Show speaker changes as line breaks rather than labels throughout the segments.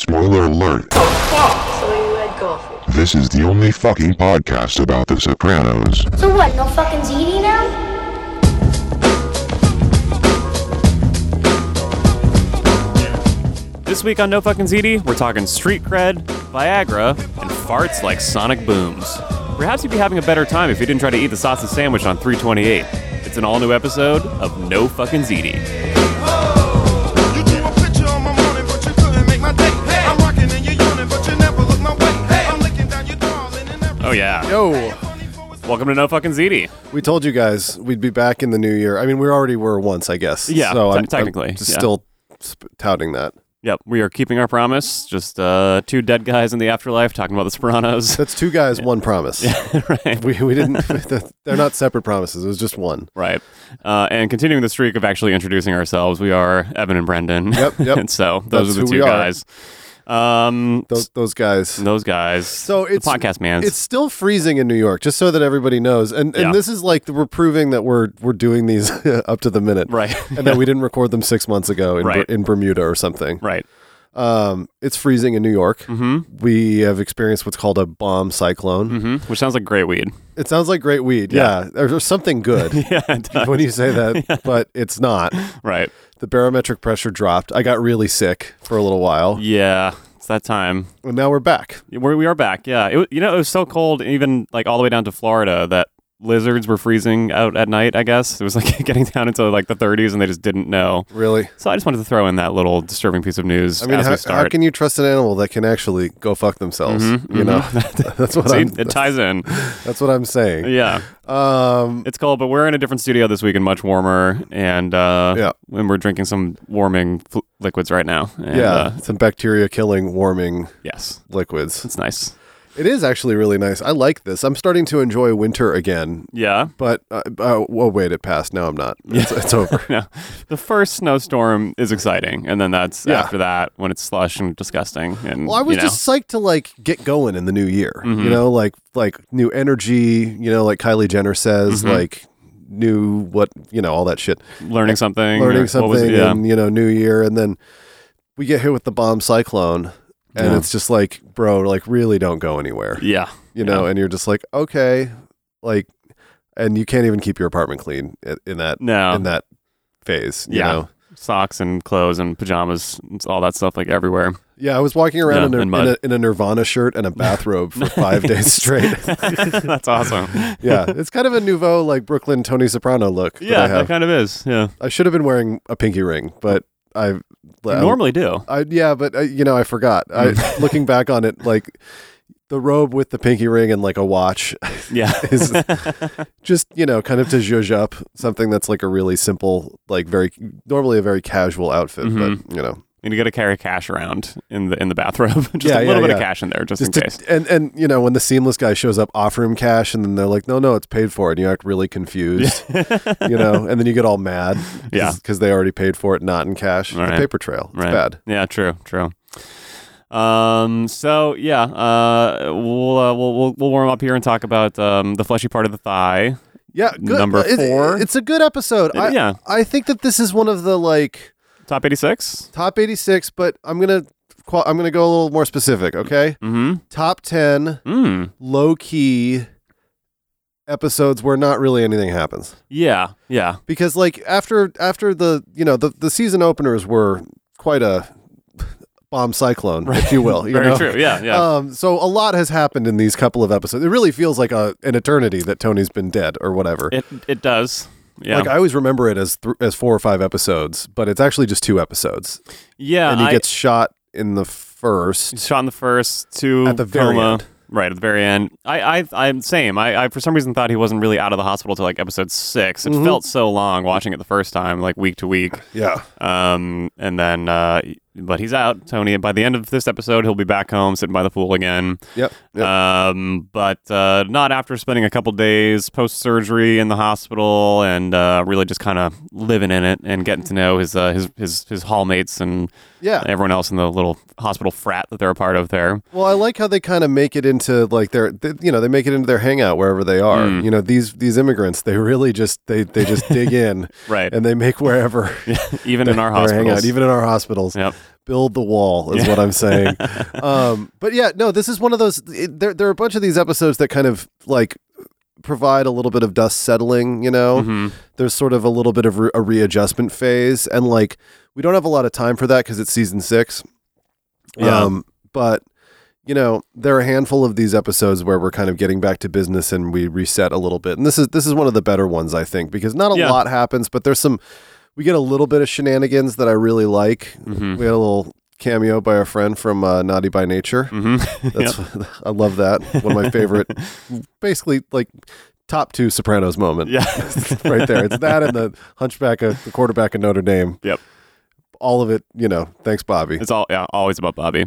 Spoiler alert.
So you read Garfield.
This is the only fucking podcast about The Sopranos.
So what, no fucking ZD now?
This week on No Fucking ZD, we're talking street cred, Viagra, and farts like sonic booms. Perhaps you'd be having a better time if you didn't try to eat the sausage sandwich on 328. It's an all new episode of No Fucking ZD.
You drew a picture on my morning, but you couldn't make my day. I'm rocking and you're yawning, but you never look my way. I'm looking down your darling and every
Oh, yeah.
Yo,
Welcome to No Fucking ZD.
we told you guys we'd be back in the new year. I mean, we already were once, I guess.
Yeah,
so
te-
I'm,
technically,
I'm just
yeah.
still sp- touting that.
Yep, we are keeping our promise. Just uh, two dead guys in the afterlife talking about the Sopranos.
That's two guys, one promise.
right.
We, we didn't. They're not separate promises. It was just one.
Right. Uh, and continuing the streak of actually introducing ourselves, we are Evan and Brendan.
Yep, yep.
and so those
That's
are the
who
two
we are.
guys. Um,
Those those guys.
those guys.
So it's
the podcast man's.
It's still freezing in New York, just so that everybody knows. And and
Yeah.
this is like we're proving that we're we're doing these up to the minute,
Right.
And that we didn't record them six months ago in, Ber-
Right.
in Bermuda or something.
right.
Um, it's freezing in New York. Mm-hmm. We have experienced what's called a bomb cyclone.
hmm Which sounds like great weed.
It sounds like great weed.
Yeah.
Yeah. Or, or something good
Yeah, it does.
when you say that, but it's not.
right.
The barometric pressure dropped. I got really sick for a little while.
Yeah, it's that time.
And now we're back.
We're, we are back. Yeah, it, wa- you know it was so cold, even like all the way down to Florida, that lizards were freezing out at night. I guess it was like getting down into like the 30s, and they just didn't know.
Really?
So I just wanted to throw in that little disturbing piece of news
I mean,
as
how,
we
how
start. Mm-hmm,
can you trust an animal that can actually go fuck themselves? You know, that's what
See,
I'm,
it ties in.
that's what I'm saying.
Yeah,
Um,
it's cold, but we're in a different studio this week and much warmer, and uh,
Yeah.
and we're drinking some warming fl- liquids right now. And,
yeah,
uh,
some bacteria killing warming
yes,
liquids.
it's nice.
It is actually really nice. I like this. I'm starting to enjoy winter again.
Yeah,
But uh, uh, oh wait, it passed. Now I'm not. It's, it's over.
no. The first snowstorm is exciting, and then that's
Yeah.
after that when it's slush and disgusting. And
Well, I
you
was
know. Mm-hmm.
just psyched to like get going in the new year. You know, like like new energy. You know, like Kylie Jenner says,
Mm-hmm.
like new what you know all that shit.
learning something, or
Learning
what was
something,
it? yeah,
and you know, new year, and then we get hit with the bomb cyclone, and
Yeah.
it's just like, bro, like really don't go anywhere.
yeah,
You know, and you're just like, okay, like, and you can't even keep your apartment clean in, in that
No.
in that phase. You
yeah.
know?
Socks and clothes and pajamas, it's all that stuff like everywhere.
Yeah, I was walking
Yeah,
around
and
in, a,
mud.
in, a, in a Nirvana shirt and a bathrobe for five days straight.
that's awesome.
yeah, it's kind of a nouveau like Brooklyn Tony Soprano look. that
Yeah,
I,
that
have.
kind of is. Yeah,
I should have been wearing a pinky ring, but I have
you normally Mm. do.
I yeah, but uh, you know, I forgot. I looking back on it, like the robe with the pinky ring and like a watch
Yeah,
is just you know kind of to zhuzh up something that's like a really simple, like very normally a very casual outfit,
Mm-hmm.
but you know,
and you got to carry cash around in the in the bathrobe. just
Yeah,
a
yeah,
little bit of
yeah.
cash in there, just,
just
in
to,
case.
and and you know when the seamless guy shows up offering cash and then they're like no no it's paid for and you act really confused you know and then you get all mad
Yeah.
because they already paid for it not in cash
All right.
the paper trail it's
Right.
bad
Yeah, true, true. Um. So yeah, uh, we'll, uh, we'll we'll we'll warm up here and talk about um the fleshy part of the thigh.
yeah good
Number
It-
four.
it's a good episode I,
yeah.
I think that this is one of the like
Top eighty six.
top 86 but I'm gonna qual- I'm gonna go a little more specific okay
Mm-hmm.
top 10
Mm.
low key episodes where not really anything happens
Yeah. Yeah.
because like after after the you know the, the season openers were quite a bomb cyclone if you will you
Very
know?
true. Yeah. Yeah.
um so a lot has happened in these couple of episodes it really feels like a, an eternity that tony's been dead or whatever
it it does. Yeah.
like i always remember it as th- as four or five episodes but it's actually just two episodes
yeah.
and he
I
gets shot in the first
shot in the first two
At the very
coma.
end.
Right at the very end. I I I'm same. I, I for some reason thought he wasn't really out of the hospital till like episode six. It
Mm-hmm.
felt so long watching it the first time, like week to week.
yeah
Um, and then, uh, but he's out, Tony. And by the end of this episode, he'll be back home sitting by the pool again.
yep, yep.
Um, but uh, not after spending a couple days post surgery in the hospital and uh, really just kind of living in it and getting to know his uh, his his his hallmates and
yeah
everyone else in the little hospital frat that they're a part of there.
Well, I like how they kind of make it into like their, th you know, they make it into their hangout wherever they are.
Mm.
You know, these these immigrants, they really just they they just dig in,
Right.
And they make wherever
Even in our
their hangout,
hospitals.
even in our hospitals.
Yep.
build the wall is what i'm saying um but yeah no this is one of those it, there, there are a bunch of these episodes that kind of like provide a little bit of dust settling you know
Mm-hmm.
there's sort of a little bit of re- a readjustment phase and like we don't have a lot of time for that because it's season six
Yeah.
um but you know there are a handful of these episodes where we're kind of getting back to business and we reset a little bit and this is this is one of the better ones i think because not a
Yeah.
lot happens but there's some we get a little bit of shenanigans that i really like
Mm-hmm.
we had a little cameo by a friend from uh, naughty by nature
Mhm.
that's i love that one of my favorite basically like top two sopranos moment
Yeah.
right there it's that and the hunchback of the quarterback of notre dame
Yep.
all of it you know thanks bobby
It's all yeah, always about Bobby.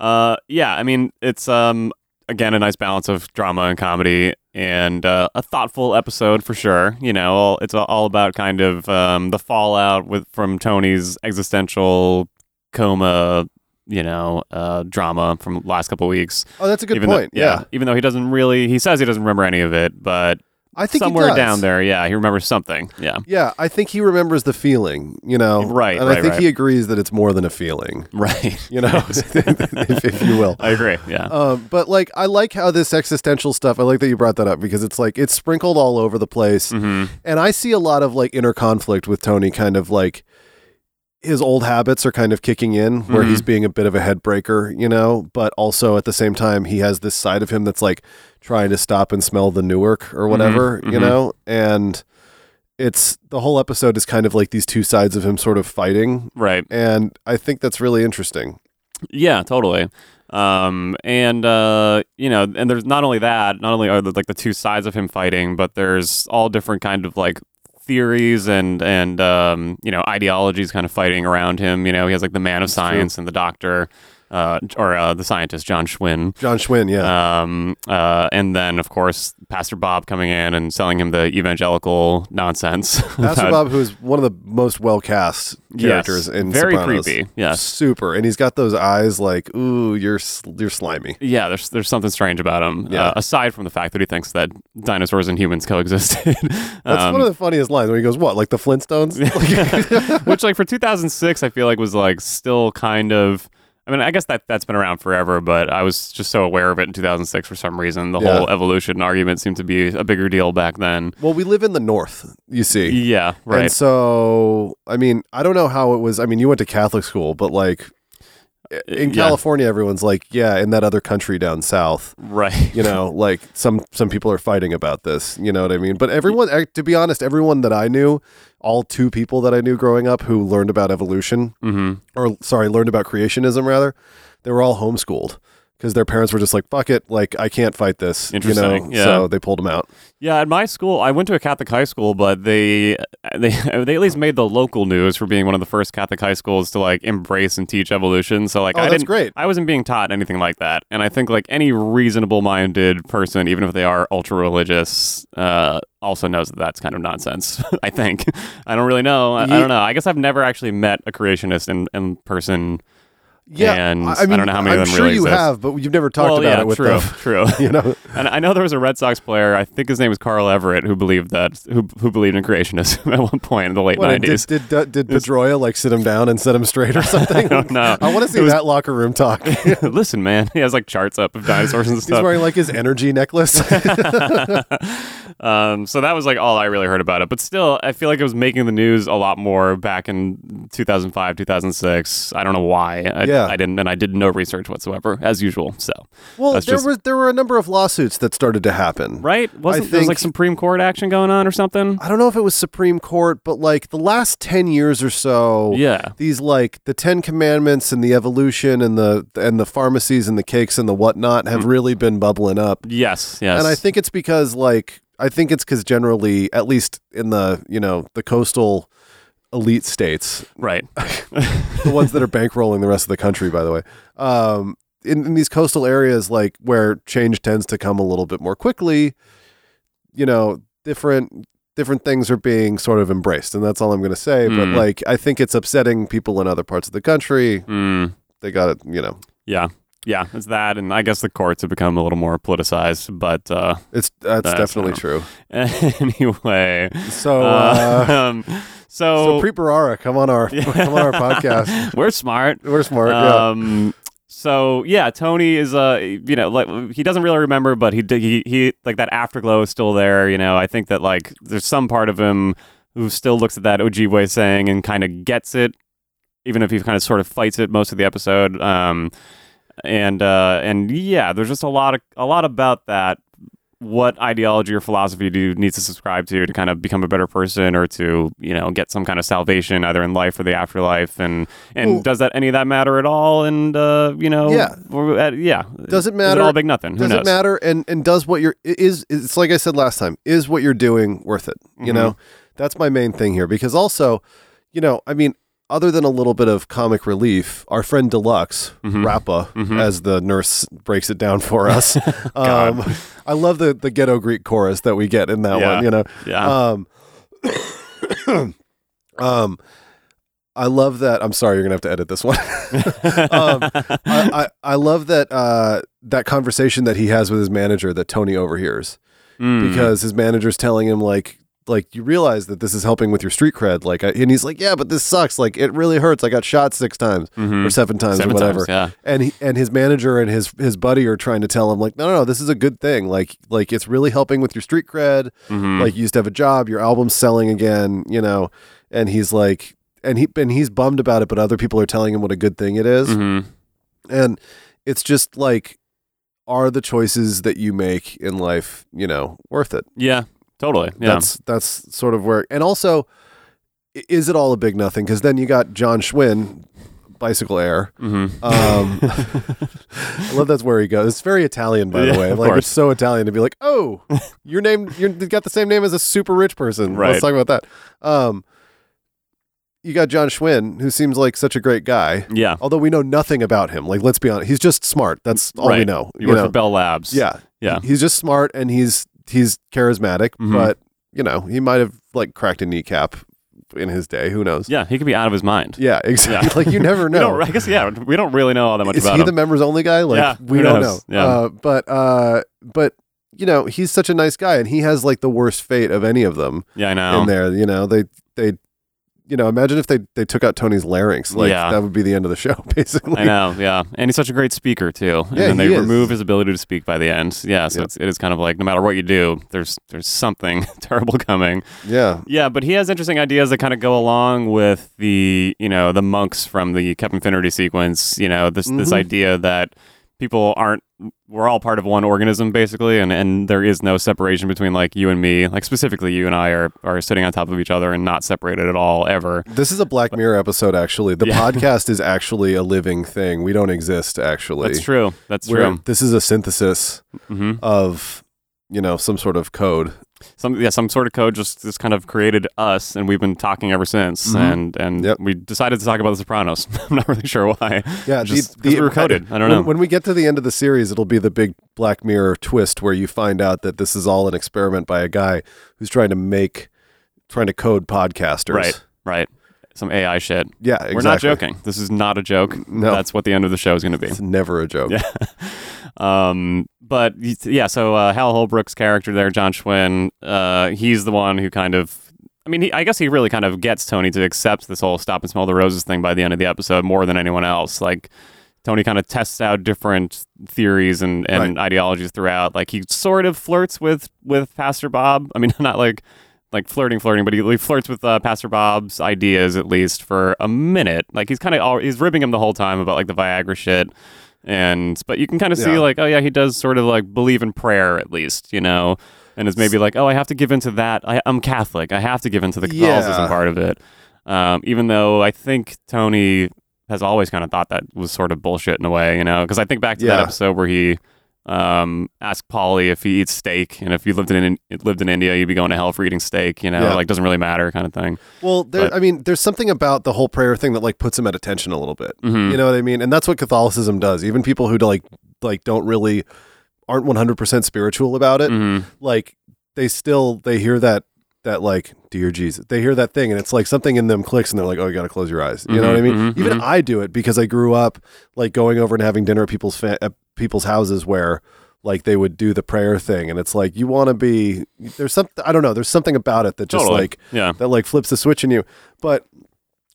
Uh, yeah, I mean, it's um again a nice balance of drama and comedy and uh, a thoughtful episode for sure. You know, all, it's all about kind of um, the fallout with from Tony's existential coma. You know, uh, drama from the last couple weeks.
oh that's a good
even
point
Though,
yeah.
even though he doesn't really, he says he doesn't remember any of it, but
I think he
somewhere
does.
down there, yeah, he remembers something. Yeah,
Yeah, I think he remembers the feeling, you know.
Right,
And I
right,
think
right.
he agrees that it's more than a feeling,
right.
you know, if, if you will.
I agree. Yeah.
Um, but like, I like how this existential stuff. I like that you brought that up because it's like it's sprinkled all over the place,
Mm-hmm,
and I see a lot of like inner conflict with Tony. Kind of like his old habits are kind of kicking in, where he's being a bit of a head breaker, you know. But also at the same time, he has this side of him that's like trying to stop and smell the Newark or whatever, you know, and. It's the whole episode is kind of like these two sides of him sort of fighting.
right.
And I think that's really interesting.
Yeah, totally. Um, and uh, you know, and there's not only that, not only are there like the two sides of him fighting, but there's all different kind of like theories and and um, you know ideologies kind of fighting around him. You know, he has like the man of science and the doctor, uh, or uh, the scientist John Schwinn.
John Schwinn, yeah.
Um, uh, and then of course Pastor Bob coming in and selling him the evangelical nonsense.
Pastor
about-
Bob, who is one of the most well cast characters
Yes.
in
Very
Sopranos.
creepy, yes.
super, and he's got those eyes like, ooh, you're sl- you're slimy.
Yeah, there's there's something strange about him.
Yeah.
Uh, aside from the fact that he thinks that dinosaurs and humans coexisted,
That's
Um,
one of the funniest lines when he goes, "What, like the Flintstones?"
which like for 2006, I feel like was like still kind of. I mean, I guess that that's been around forever, but I was just so aware of it in 2006 for some reason. The
Yeah.
whole evolution argument seemed to be a bigger deal back then.
well, we live in the North, you see,
Yeah,
And
right.
so, I mean, I don't know how it was. I mean, you went to Catholic school, but like. In
yeah.
California, everyone's like, "Yeah," in that other country down south,
right.
you know, like some some people are fighting about this. You know what I mean? But everyone, eh, to be honest, everyone that I knew, all two people that I knew growing up who learned about evolution,
Mm-hmm.
or sorry, learned about creationism rather, they were all homeschooled because their parents were just like, "Fuck it, like I can't fight this," you know.
Interesting, yeah.
So they pulled them out.
Yeah, at my school, I went to a Catholic high school, but they they they at least made the local news for being one of the first Catholic high schools to like embrace and teach evolution. So like,
Oh,
I
that's
didn't,
great.
I wasn't being taught anything like that, and I think like any reasonable-minded person, even if they are ultra-religious, uh, also knows that that's kind of nonsense. I think I don't really know. I, I don't know. I guess I've never actually met a creationist in, in person. And I don't know how many of
I'm
them
sure
really
you
exist.
have, but you've never talked
well,
about
yeah,
it with
true,
them.
true.
You know,
And I know there was a Red Sox player. I think his name was Carl Everett, who believed that who who believed in creationism at one point in the late
What, and
nineties.
Did did, did Pedroia like sit him down and set him straight or something? I
don't know.
want to see
It was-
that locker room talk. He's
Listen, man, he has like charts up of dinosaurs and stuff.
wearing like his energy necklace.
Um, so that was like all I really heard about it. But still, I feel like it was making the news a lot more back in 2005, 2006. I don't know why. I,
Yeah.
I didn't, and I did no research whatsoever, as usual. So,
well, there
That's just-
were there were a number of lawsuits that started to happen.
right? Wasn't there was
think-
like Supreme Court action going on or something?
I don't know if it was Supreme Court, but like the last 10 years or so,
Yeah.
these like the 10 commandments and the evolution and the and the pharmacies and the cakes and the whatnot have really been bubbling up.
Mm. Yes, yes.
And I think it's because like I think it's cuz generally at least in the, you know, the coastal elite states,
right.
the ones that are bankrolling the rest of the country by the way. Um in, in these coastal areas like where change tends to come a little bit more quickly, you know, different different things are being sort of embraced and that's all I'm going to say, but
Mm.
like I think it's upsetting people in other parts of the country.
Hmm.
They got it, you know.
Yeah. Yeah, it's that, and I guess the courts have become a little more politicized. But uh,
It's that's,
That's
definitely
not-
true.
anyway,
So
uh,
uh,
um, So,
So Preet Bharara, come on our come on our podcast.
we're smart.
We're smart. yeah.
Um, so yeah, Tony is uh, you know, like he doesn't really remember, but he did- he he like that afterglow is still there. You know, I think that like there's some part of him who still looks at that Ojibwe saying and kind of gets it, even if he kind of sort of fights it most of the episode. Um, and uh, and yeah, there's just a lot of a lot about that. What ideology or philosophy do you need to subscribe to to kind of become a better person or to you know get some kind of salvation either in life or the afterlife? And and
Well-
does that any of that matter at all? And uh, you know,
Yeah.
or, uh, yeah,
Does it
Is it
matter-
all a big nothing? Who
Does
knows?
it matter? And and does what you're i- is it's like I said last time, is what you're doing worth it? You
Mm-hmm.
know? That's my main thing here. Because also, you know, I mean, other than a little bit of comic relief, our friend Deluxe,
Mm-hmm.
Rappa, as the nurse breaks it down for us. um I love the the ghetto Greek chorus that we get in that
Yeah. Ah.
one, you know.
Yeah.
Um, um, I love that. I'm sorry, you're gonna have to edit this one. um, I, I I love that uh, that conversation that he has with his manager that Tony overhears
Mm.
because his manager's telling him like like you realize that this is helping with your street cred like I, and he's like yeah but this sucks like it really hurts I got shot six times or seven times
Mm-hmm. Hmm. Seven
or
times,
whatever
yeah.
and he, and his manager and his his buddy are trying to tell him like no no no this is a good thing like like it's really helping with your street cred
Mm-hmm. Hmm.
like you used to have a job your album's selling again you know and he's like and he and he's bummed about it but other people are telling him what a good thing it is.
Mhm.
and it's just like are the choices that you make in life you know worth it
Yeah, totally. Yeah.
that's that's sort of where and also i- is it all a big nothing because then you got john schwinn bicycle air
Mhm.
um i love that's where he goes it's very italian by
Yeah,
the way
of
like
course.
it's so italian to be like oh your name you're, you got the same name as a super rich person
Right.
let's talk about that um you got john schwinn who seems like such a great guy
yeah.
although we know nothing about him. Like, let's be honest, he's just smart. That's all
right.
we know.
You work
know?
for Bell Labs.
yeah,
Yeah.
he's just smart and he's he's charismatic.
Mhm.
But you know, he might have like cracked a kneecap in his day. Who knows?
Yeah, he could be out of his mind.
yeah, exactly.
Yeah.
Like you never
We
know.
don't, I guess yeah, we don't really know all that much
Is
about
he
him.
the members only guy? Like
Yeah,
we
who
don't
knows?
know.
Yeah.
Uh, but uh, but you know, he's such a nice guy, and he has like the worst fate of any of them
yeah, I know.
in there. You know, they they. You know, imagine if they, they took out Tony's larynx. Like
Yeah.
that would be the end of the show, basically.
I know, yeah. And he's such a great speaker too. And
Yeah,
then they
he is.
remove his ability to speak by the end. Yeah, so
Yep.
it's, it is kind of like no matter what you do, there's there's something terrible coming.
Yeah.
Yeah, but he has interesting ideas that kind of go along with the you know the monks from the Captain Finnerty sequence. You know this
Mm-hmm.
this idea that people aren't we're all part of one organism basically, and and there is no separation between like you and me. Like specifically, you and I are are sitting on top of each other and not separated at all ever.
This is a Black Mirror episode, actually. The
Yeah.
podcast is actually a living thing. We don't exist, actually.
That's true. That's
We're-
true.
This is a synthesis
hmm
of, you know, some sort of code.
some yeah some sort of code just just kind of created us and we've been talking ever since and and
Mm-hmm. Yep.
we decided to talk about the sopranos i'm not really sure why
Yeah,
just 'cause we were coded i don't
when,
know
When we get to the end of the series, it'll be the big Black Mirror twist where you find out that this is all an experiment by a guy who's trying to make, trying to code podcasters.
right right some ai shit
Yeah, exactly.
we're not joking this is not a joke
No.
that's what the end of the show is going to be
It's never a joke. Yeah.
Um, but y- yeah, so uh, Hal Holbrook's character there, John Schwinn, uh, he's the one who kind of, I mean, he, I guess he really kind of gets Tony to accept this whole stop and smell the roses thing by the end of the episode more than anyone else. Like, Tony kind of tests out different theories and, and ideologies throughout. Like, he sort of flirts with with Pastor Bob. I mean, not like like flirting, flirting, but he, he flirts with uh, Pastor Bob's ideas at least for a minute. Like, he's kind of all, he's ribbing him the whole time about like the Viagra shit. And but you can kind of see
Yeah.
like like, oh yeah, he does sort of like believe in prayer at least, you know, and is maybe like, oh, I have to give into that. I, I'm Catholic. I have to give into the Catholicism
Yeah.
part of it. Um, even though I think Tony has always kind of thought that was sort of bullshit in a way, you know, because I think back to that
Yeah.
episode where he um, asked Polly if he eats steak, and if you lived in lived in India, you'd be going to hell for eating steak, you know,
Yeah.
like doesn't really matter kind of thing.
Well, there,
But-
I mean, there's something about the whole prayer thing that like puts him at attention a little bit.
Mhm.
You know what I mean? And that's what Catholicism does. Even people who like like don't really aren't 100% spiritual about it,
Mhm.
like they still they hear that that like dear Jesus. They hear that thing and it's like something in them clicks and they're like, "Oh, you got to close your eyes." You know what I mean?
Mhm, mhm,
Even
mhm.
I do it because I grew up like going over and having dinner at people's fa- at people's houses where like they would do the prayer thing and it's like you want to be there's something I don't know there's something about it that just
Totally.
like
Yeah.
that like flips the switch in you but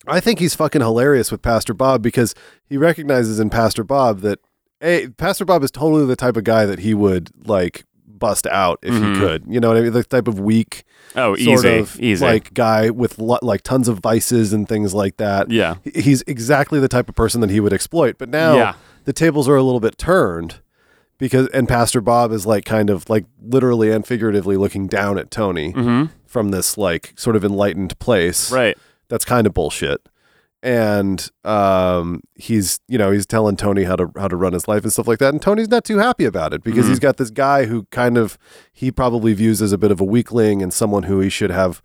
I think he's fucking hilarious with Pastor Bob because he recognizes in Pastor Bob that a Pastor Bob is totally the type of guy that he would like bust out if he could you know what I mean the type of weak
Mm-hmm. Oh,
sort
easy,
of
easy.
like guy with lo- like tons of vices and things like that
Yeah.
He- he's exactly the type of person that he would exploit but now
Yeah.
the tables are a little bit turned because and pastor bob is like kind of like literally and figuratively looking down at tony
Mm-hmm.
from this like sort of enlightened place
right.
that's kind of bullshit and um, he's you know he's telling Tony how to how to run his life and stuff like that, and Tony's not too happy about it because
Mm-hmm.
he's got this guy who kind of he probably views as a bit of a weakling and someone who he should have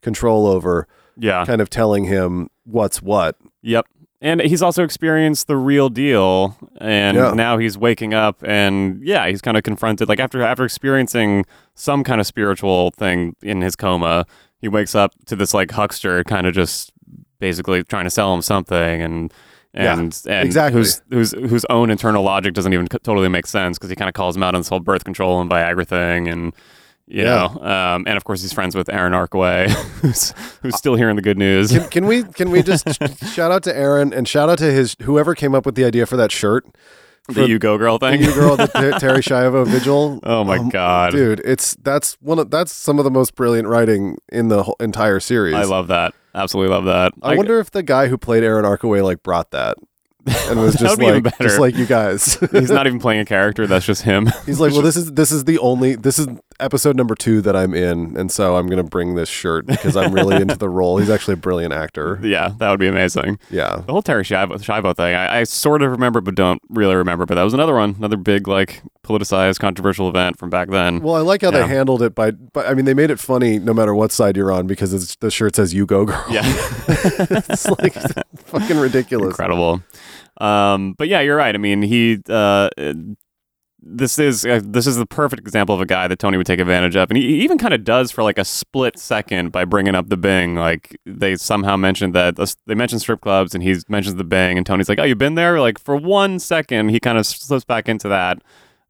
control over,
Yeah.
kind of telling him what's what.
Yep. And he's also experienced the real deal, and
Yeah.
now he's waking up, and yeah, he's kind of confronted. Like after after experiencing some kind of spiritual thing in his coma, he wakes up to this like huckster, kind of just basically trying to sell him something, and
Yeah,
and and
exactly.
whose whose whose own internal logic doesn't even c- totally make sense because he kind of calls him out on this whole birth control and Viagra thing, and you
Yeah.
know, um, and of course he's friends with Aaron Arkaway, who's who's still hearing the good news.
Can, can we can we just sh- shout out to Aaron and shout out to his whoever came up with the idea for that shirt,
the you go girl thing.
you girl, the Ter- Terry Schiavo vigil. Um,
Oh my God.
dude! It's that's one of that's some of the most brilliant writing in the whole entire series.
I love that. Absolutely love that.
I, wonder if the guy who played Aaron Arkaway like brought that and was
That would
just
be even
like
better.
just like you guys.
he's not even playing a character. That's just him.
He's like, well, this is this is the only this is episode number two that I'm in, and so I'm gonna bring this shirt because I'm really into the role. He's actually a brilliant actor.
yeah, that would be amazing.
Yeah,
The whole Terry Schiavo, Schiavo thing, I, I sort of remember, but don't really remember. But that was another one, another big, like, politicized, controversial event from back then.
Well, I like how
Yeah.
they handled it by, but I mean, they made it funny no matter what side you're on because it's, the shirt says "You Go Girl."
yeah,
it's like fucking ridiculous.
incredible. Um, but yeah, you're right. I mean, he. Uh, this is uh, this is the perfect example of a guy that Tony would take advantage of, and he he even kind of does for like a split second by bringing up the Bing. Like they somehow mentioned that uh, they mentioned strip clubs, and he mentions the Bing, and Tony's like, "Oh, you've been there?" Like for one second, he kind of slips back into that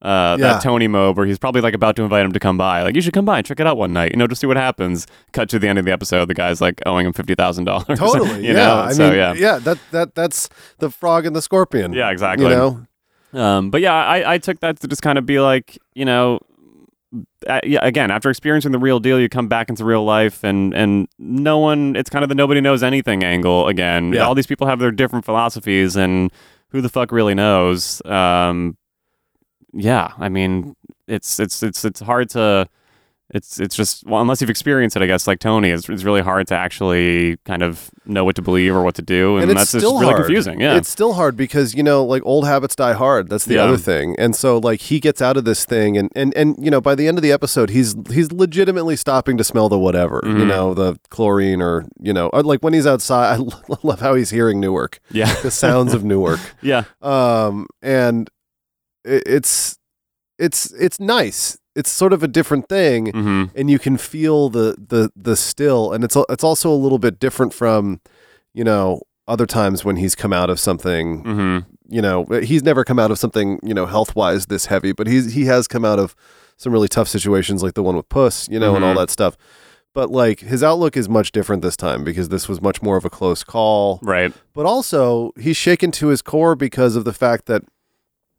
uh,
Yeah.
that Tony mode where he's probably like about to invite him to come by. Like you should come by and check it out one night, you know, just see what happens. Cut to the end of the episode, the guy's like owing him fifty thousand dollars.
Totally.
you
yeah.
Know?
I
so
mean,
yeah.
That that that's the frog and the scorpion.
Yeah, exactly.
You know,
Um, but yeah, I, I took that to just kind of be like, you know, uh, yeah, again, after experiencing the real deal, you come back into real life, and and no one, it's kind of the nobody knows anything angle again.
Yeah.
All these people have their different philosophies, and who the fuck really knows? Um, yeah, I mean, it's it's it's it's hard to. It's it's just well, unless you've experienced it, I guess. Like Tony, it's, it's really hard to actually kind of know what to believe or what to do, and,
and, it's
that's
still
just really
hard.
confusing. Yeah,
it's still hard because you know, like old habits die hard. That's the
Yeah.
other thing. And so, like, he gets out of this thing, and and and you know, by the end of the episode, he's he's legitimately stopping to smell the whatever,
Mm-hmm.
you know, the chlorine or you know, or, like when he's outside. I love how he's hearing Newark,
yeah,
the sounds of Newark.
yeah.
um and it, it's it's it's nice it's sort of a different thing
hmm
and you can feel the the the still and it's al- it's also a little bit different from you know other times when he's come out of something
hmm
you know he's never come out of something you know health-wise this heavy but he's he has come out of some really tough situations like the one with puss you know and all
Mhm.
that stuff but like his outlook is much different this time because this was much more of a close call
Right.
but also he's shaken to his core because of the fact that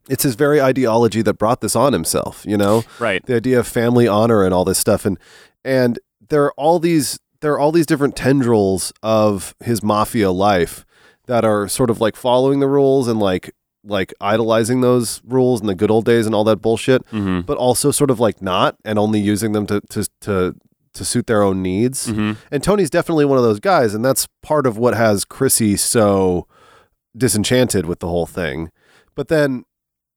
it's his very ideology that brought this on himself you know
Right.
the idea of family honor and all this stuff and and there are all these there are all these different tendrils of his mafia life that are sort of like following the rules and like like idolizing those rules and the good old days and all that bullshit
Mm-hmm.
but also sort of like not and only using them to to to to suit their own needs
Mhm.
and Tony's definitely one of those guys, and that's part of what has Chrissy so disenchanted with the whole thing. But then,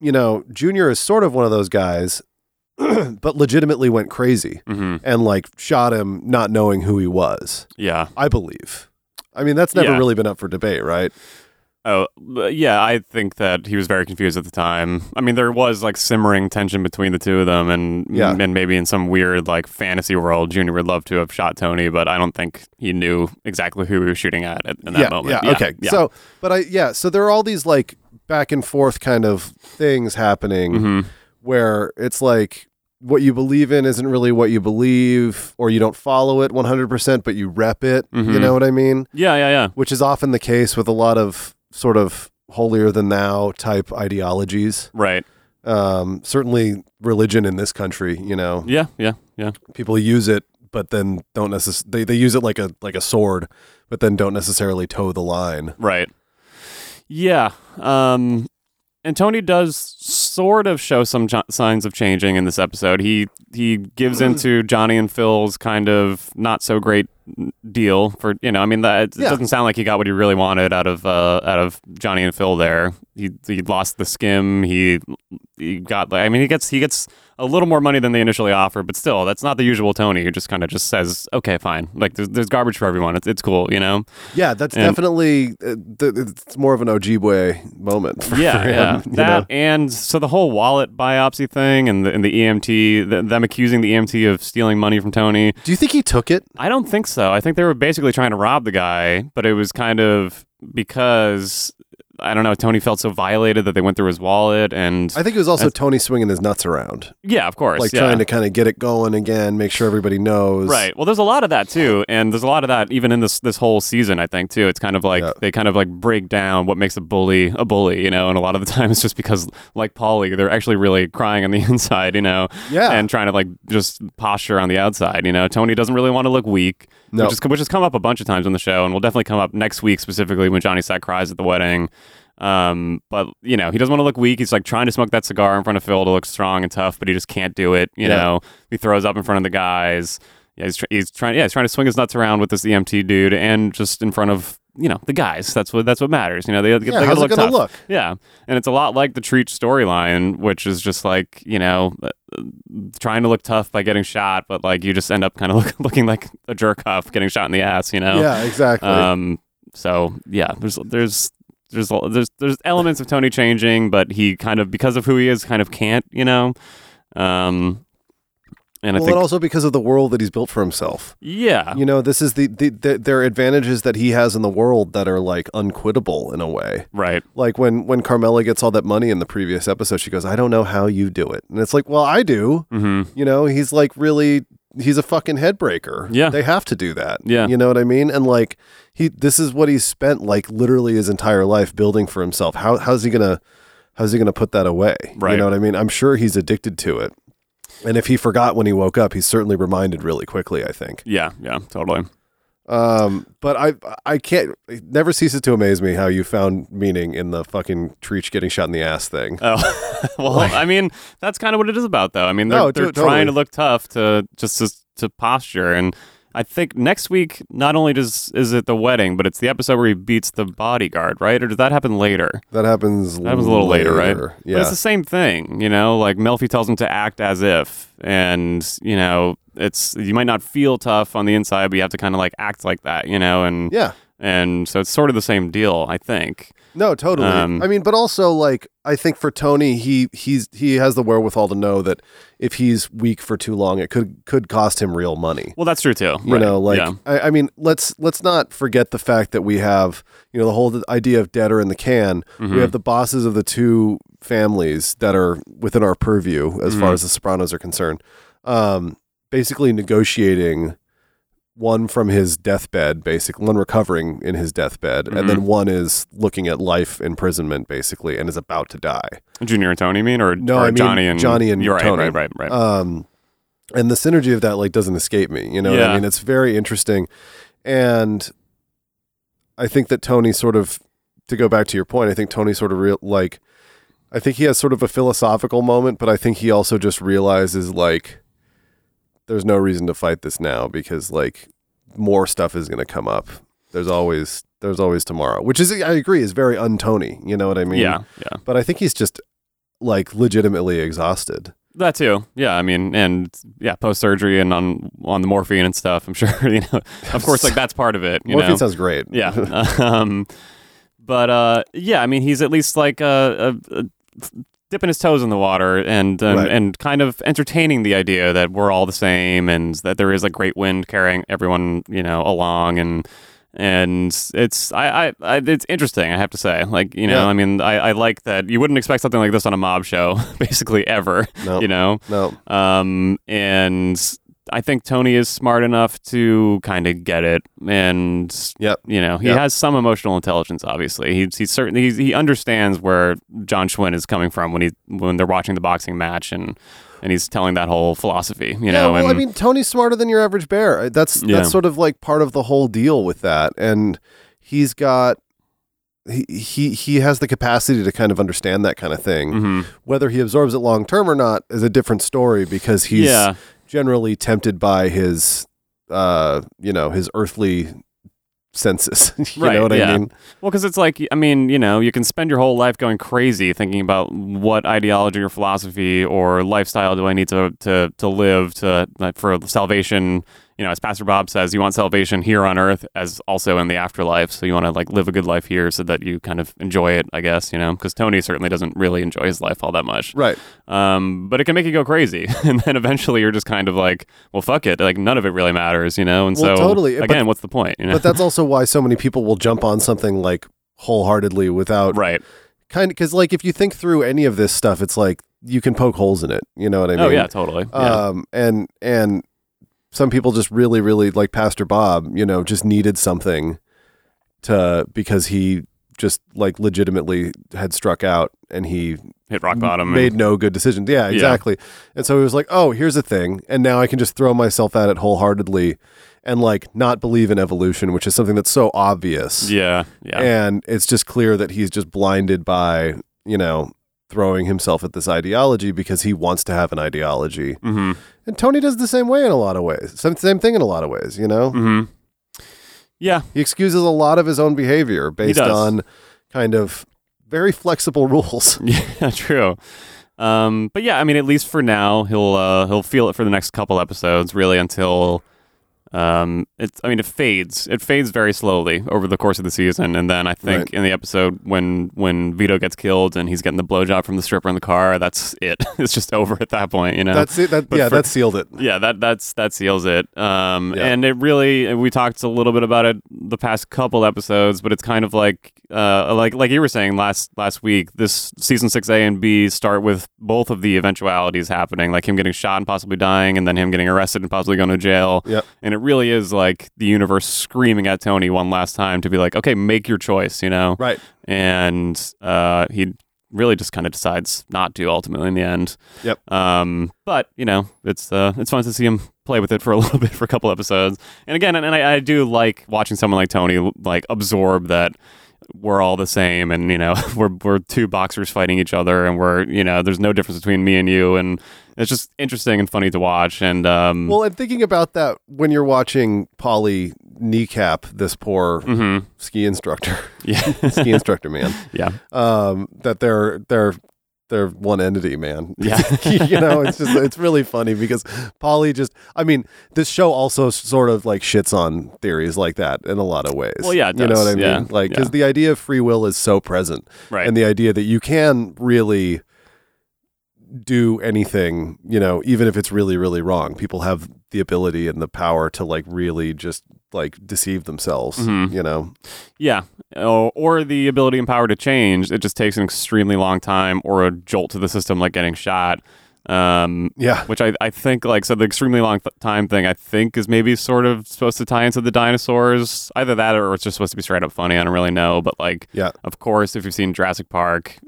you know, Junior is sort of one of those guys, but legitimately went crazy
Mm-hmm.
and like shot him not knowing who he was,
Yeah.
I believe. I mean, that's never
Yeah.
really been up for debate, right?
Oh, but yeah. I think that he was very confused at the time. I mean, there was like simmering tension between the two of them, and
Yeah.
and maybe in some weird like fantasy world, Junior would love to have shot Tony, but I don't think he knew exactly who he was shooting at at- in that
yeah,
moment.
Yeah, okay.
Yeah.
So, but I, yeah, so there are all these like back and forth kind of things happening
Mhm.
where it's like what you believe in isn't really what you believe or you don't follow it 100% but you rep it you
Mhm.
know what i mean
Yeah, yeah, yeah.
which is often the case with a lot of sort of holier than thou type ideologies
Right.
um, certainly religion in this country you know
Yeah, yeah, yeah.
people use it but then don't necessarily they, they use it like a like a sword but then don't necessarily toe the line
Right. Yeah. Um, and Tony does sort of show some ch- signs of changing in this episode. He he gives into Johnny and Phil's kind of not so great deal for you know. I mean, that, it
Yeah.
doesn't sound like he got what he really wanted out of uh, out of Johnny and Phil. There, he he lost the skim. He he got. like I mean, he gets he gets a little more money than they initially offered, but still, that's not the usual Tony who just kind of just says, "Okay, fine." Like there's, there's garbage for everyone. It's it's cool, you know.
yeah that's
And-
definitely uh, th- it's more of an ojibwe moment for
yeah,
him,
yeah.
you
that
know?
and so the whole wallet biopsy thing and the, and the EMT, th them accusing the EMT of stealing money from Tony.
do you think he took it
I don't think so. I think they were basically trying to rob the guy, but it was kind of because I don't know. Tony felt so violated that they went through his wallet, and
I think it was also Tony swinging his nuts around,
yeah, of course,
like
yeah.
trying to kind of get it going again, make sure everybody knows.
Right. Well, there's a lot of that too, and there's a lot of that even in this this whole season. I think too. It's kind of like
Yeah.
they kind of like break down what makes a bully a bully, you know. And a lot of the time, it's just because like Polly, they're actually really crying on the inside, you know.
Yeah.
And trying to like just posture on the outside, you know. Tony doesn't really want to look weak.
No.
Which, is, which has come up a bunch of times on the show, and will definitely come up next week specifically when Johnny Sack cries at the wedding. Um, but you know, he doesn't want to look weak. He's like trying to smoke that cigar in front of Phil to look strong and tough, but he just can't do it. You
Yeah.
know, he throws up in front of the guys. Yeah, he's, tr- he's trying. Yeah, he's trying to swing his nuts around with this EMT dude, and just in front of you know the guys. That's what that's what matters. You know, they, they,
Yeah,
they
how's
gotta
it
look
gonna
tough.
look?
Yeah, and it's a lot like the Treat storyline, which is just like you know uh, uh, trying to look tough by getting shot, but like you just end up kind of look, looking like a jerk off getting shot in the ass. You know.
Yeah, exactly.
Um. So yeah, there's there's there's a- there's there's elements of Tony changing, but he kind of because of who he is, kind of can't, you know. Um. And I
well,
think
and also because of the world that he's built for himself.
yeah,
You know, this is the, the, the there are advantages that he has in the world that are like unquittable in a way.
right.
Like when when Carmela gets all that money in the previous episode, she goes, "I don't know how you do it," and it's like, "Well, I do."
Mm-hmm.
You know, he's like really he's a fucking headbreaker.
Yeah.
They have to do that.
Yeah.
You know what I mean? And like he this is what he's spent like literally his entire life building for himself. How how's he gonna how's he gonna put that away?
Right.
You know what I mean? I'm sure he's addicted to it. And if he forgot when he woke up, he's certainly reminded really quickly, I think.
Yeah, yeah, totally.
Um, but I I can't it never ceases to amaze me how you found meaning in the fucking Treach getting shot in the ass thing.
Oh, well, I mean, that's kind of what it is about, though. I mean, they're,
No, to-
they're trying
totally.
to look tough to just to, to posture, and I think next week not only does is it the wedding, but it's the episode where he beats the bodyguard, right? Or does that happen later?
That happens
That was a little later, right? But
Yeah.
it's the same thing, you know. Like Melfi tells him to act as if, and you know, it's you might not feel tough on the inside, but you have to kind of like act like that, you know. And
yeah.
and so it's sort of the same deal, I think.
No, totally.
Um,
I mean, but also like I think for Tony, he he's he has the wherewithal to know that if he's weak for too long, it could could cost him real money.
Well, that's true too.
You
right.
know, like
yeah.
I, I mean, let's let's not forget the fact that we have you know the whole idea of debtor in the can. We
Mm-hmm.
have the bosses of the two families that are within our purview as
Mm-hmm.
far as the Sopranos are concerned, um, basically negotiating one from his deathbed, basically one recovering in his deathbed, and
Mm-hmm.
then one is looking at life imprisonment, basically, and is about to die.
Junior and Tony, you mean, or
No,
or
I mean
Johnny and
Johnny and
you're right,
Tony.
right, right, right.
Um, and the synergy of that like doesn't escape me. You know, what
Yeah.
I mean, it's very interesting, and I think that Tony sort of, to go back to your point, I think Tony sort of real like, I think he has sort of a philosophical moment, but I think he also just realizes like, there's no reason to fight this now because like more stuff is going to come up. There's always there's always tomorrow, which is I agree is very un-Tony. You know what I mean?
yeah, yeah,
But I think he's just like legitimately exhausted.
that too. Yeah, I mean, and yeah, post surgery and on on the morphine and stuff. I'm sure you know. Of course, like that's part of it. You
Morphine
know?
sounds great.
Yeah. um, but uh, yeah, I mean, he's at least like uh, uh, dipping his toes in the water and um,
Right.
and kind of entertaining the idea that we're all the same and that there is a great wind carrying everyone you know along and and it's I, I, I it's interesting. I have to say, like you know,
Yeah.
I mean, I, I like that you wouldn't expect something like this on a mob show, basically ever.
No.
You know,
No.
um, and I think Tony is smart enough to kind of get it, and
Yep.
you know, he
Yep.
has some emotional intelligence. Obviously, he's he's certainly he's, he understands where John Schwinn is coming from when he when they're watching the boxing match, and and he's telling that whole philosophy. You
yeah,
know,
well,
and
I mean, Tony's smarter than your average bear. That's
Yeah.
that's sort of like part of the whole deal with that, and he's got he he he has the capacity to kind of understand that kind of thing.
Mhm.
Whether he absorbs it long term or not is a different story because he's
yeah,
generally tempted by his uh you know his earthly senses. you
Right,
know what
yeah.
I mean?
Well, because it's like, I mean, you know, you can spend your whole life going crazy thinking about what ideology or philosophy or lifestyle do I need to to, to live to like, for salvation. You know, as Pastor Bob says, you want salvation here on earth as also in the afterlife. So you want to like live a good life here so that you kind of enjoy it, I guess, you know, because Tony certainly doesn't really enjoy his life all that much.
Right.
Um, but it can make you go crazy. and then eventually you're just kind of like, well, fuck it. Like none of it really matters, you know? And
Well,
so
totally, but-
again, what's the point? You know?
But that's also why so many people will jump on something like wholeheartedly without
right.
kind of because like if you think through any of this stuff it's like you can poke holes in it you know what i mean
oh, yeah, totally. Yeah.
um and and some people just really really like pastor bob you know just needed something to because he just like legitimately had struck out and he
hit rock bottom.
made
and,
no good decisions yeah exactly and so he was like oh here's a thing and now i can just throw myself at it wholeheartedly and like not believe in evolution which is something that's so obvious
yeah, yeah,
and it's just clear that he's just blinded by you know throwing himself at this ideology because he wants to have an ideology
hmm
and tony does the same way in a lot of ways same, same thing in a lot of ways you know
hmm yeah,
he excuses a lot of his own behavior based
does.
on kind of very flexible rules
yeah, true. Um, but yeah, I mean, at least for now, he'll uh, he'll feel it for the next couple episodes, really, until um, it's. I mean, it fades. It fades very slowly over the course of the season, and then I think
Right.
in the episode when when Vito gets killed and he's getting the blowjob from the stripper in the car, that's it. it's just over at that point, you know.
that's it that,
But
yeah
for-
that sealed it
yeah that that's that seals it um
Yeah.
and it really we talked a little bit about it the past couple episodes but it's kind of like uh like like you were saying last last week this season 6a and b start with both of the eventualities happening like him getting shot and possibly dying and then him getting arrested and possibly going to jail
Yep.
and it really is like the universe screaming at tony one last time to be like okay make your choice you know
right
and uh he really just kind of decides not to ultimately in the end
yep
um, but you know, it's uh, it's fun to see him play with it for a little bit for a couple episodes. And again, and, and I, I do like watching someone like Tony like absorb that we're all the same, and you know, we're we're two boxers fighting each other, and we're you know, there's no difference between me and you, and it's just interesting and funny to watch. And um,
well and thinking about that when you're watching polly kneecap this poor
mhm.
ski instructor
yeah,
ski instructor man
yeah,
um, that they're they're they're one entity, man.
Yeah.
you know, it's just it's really funny because Polly just I mean, this show also sort of like shits on theories like that in a lot of ways.
Well, yeah, it
you know
does.
what I mean?
Yeah.
Like because
Yeah.
the idea of free will is so present,
right,
and the idea that you can really do anything, you know, even if it's really really wrong. People have the ability and the power to like really just like deceive themselves,
Mhm.
you know.
yeah, or, or the ability and power to change. It just takes an extremely long time, or a jolt to the system like getting shot. Um,
Yeah.
which I, I think like so the extremely long th- time thing I think is maybe sort of supposed to tie into the dinosaurs either that or it's just supposed to be straight up funny I don't really know but like
Yeah.
of course if you've seen Jurassic Park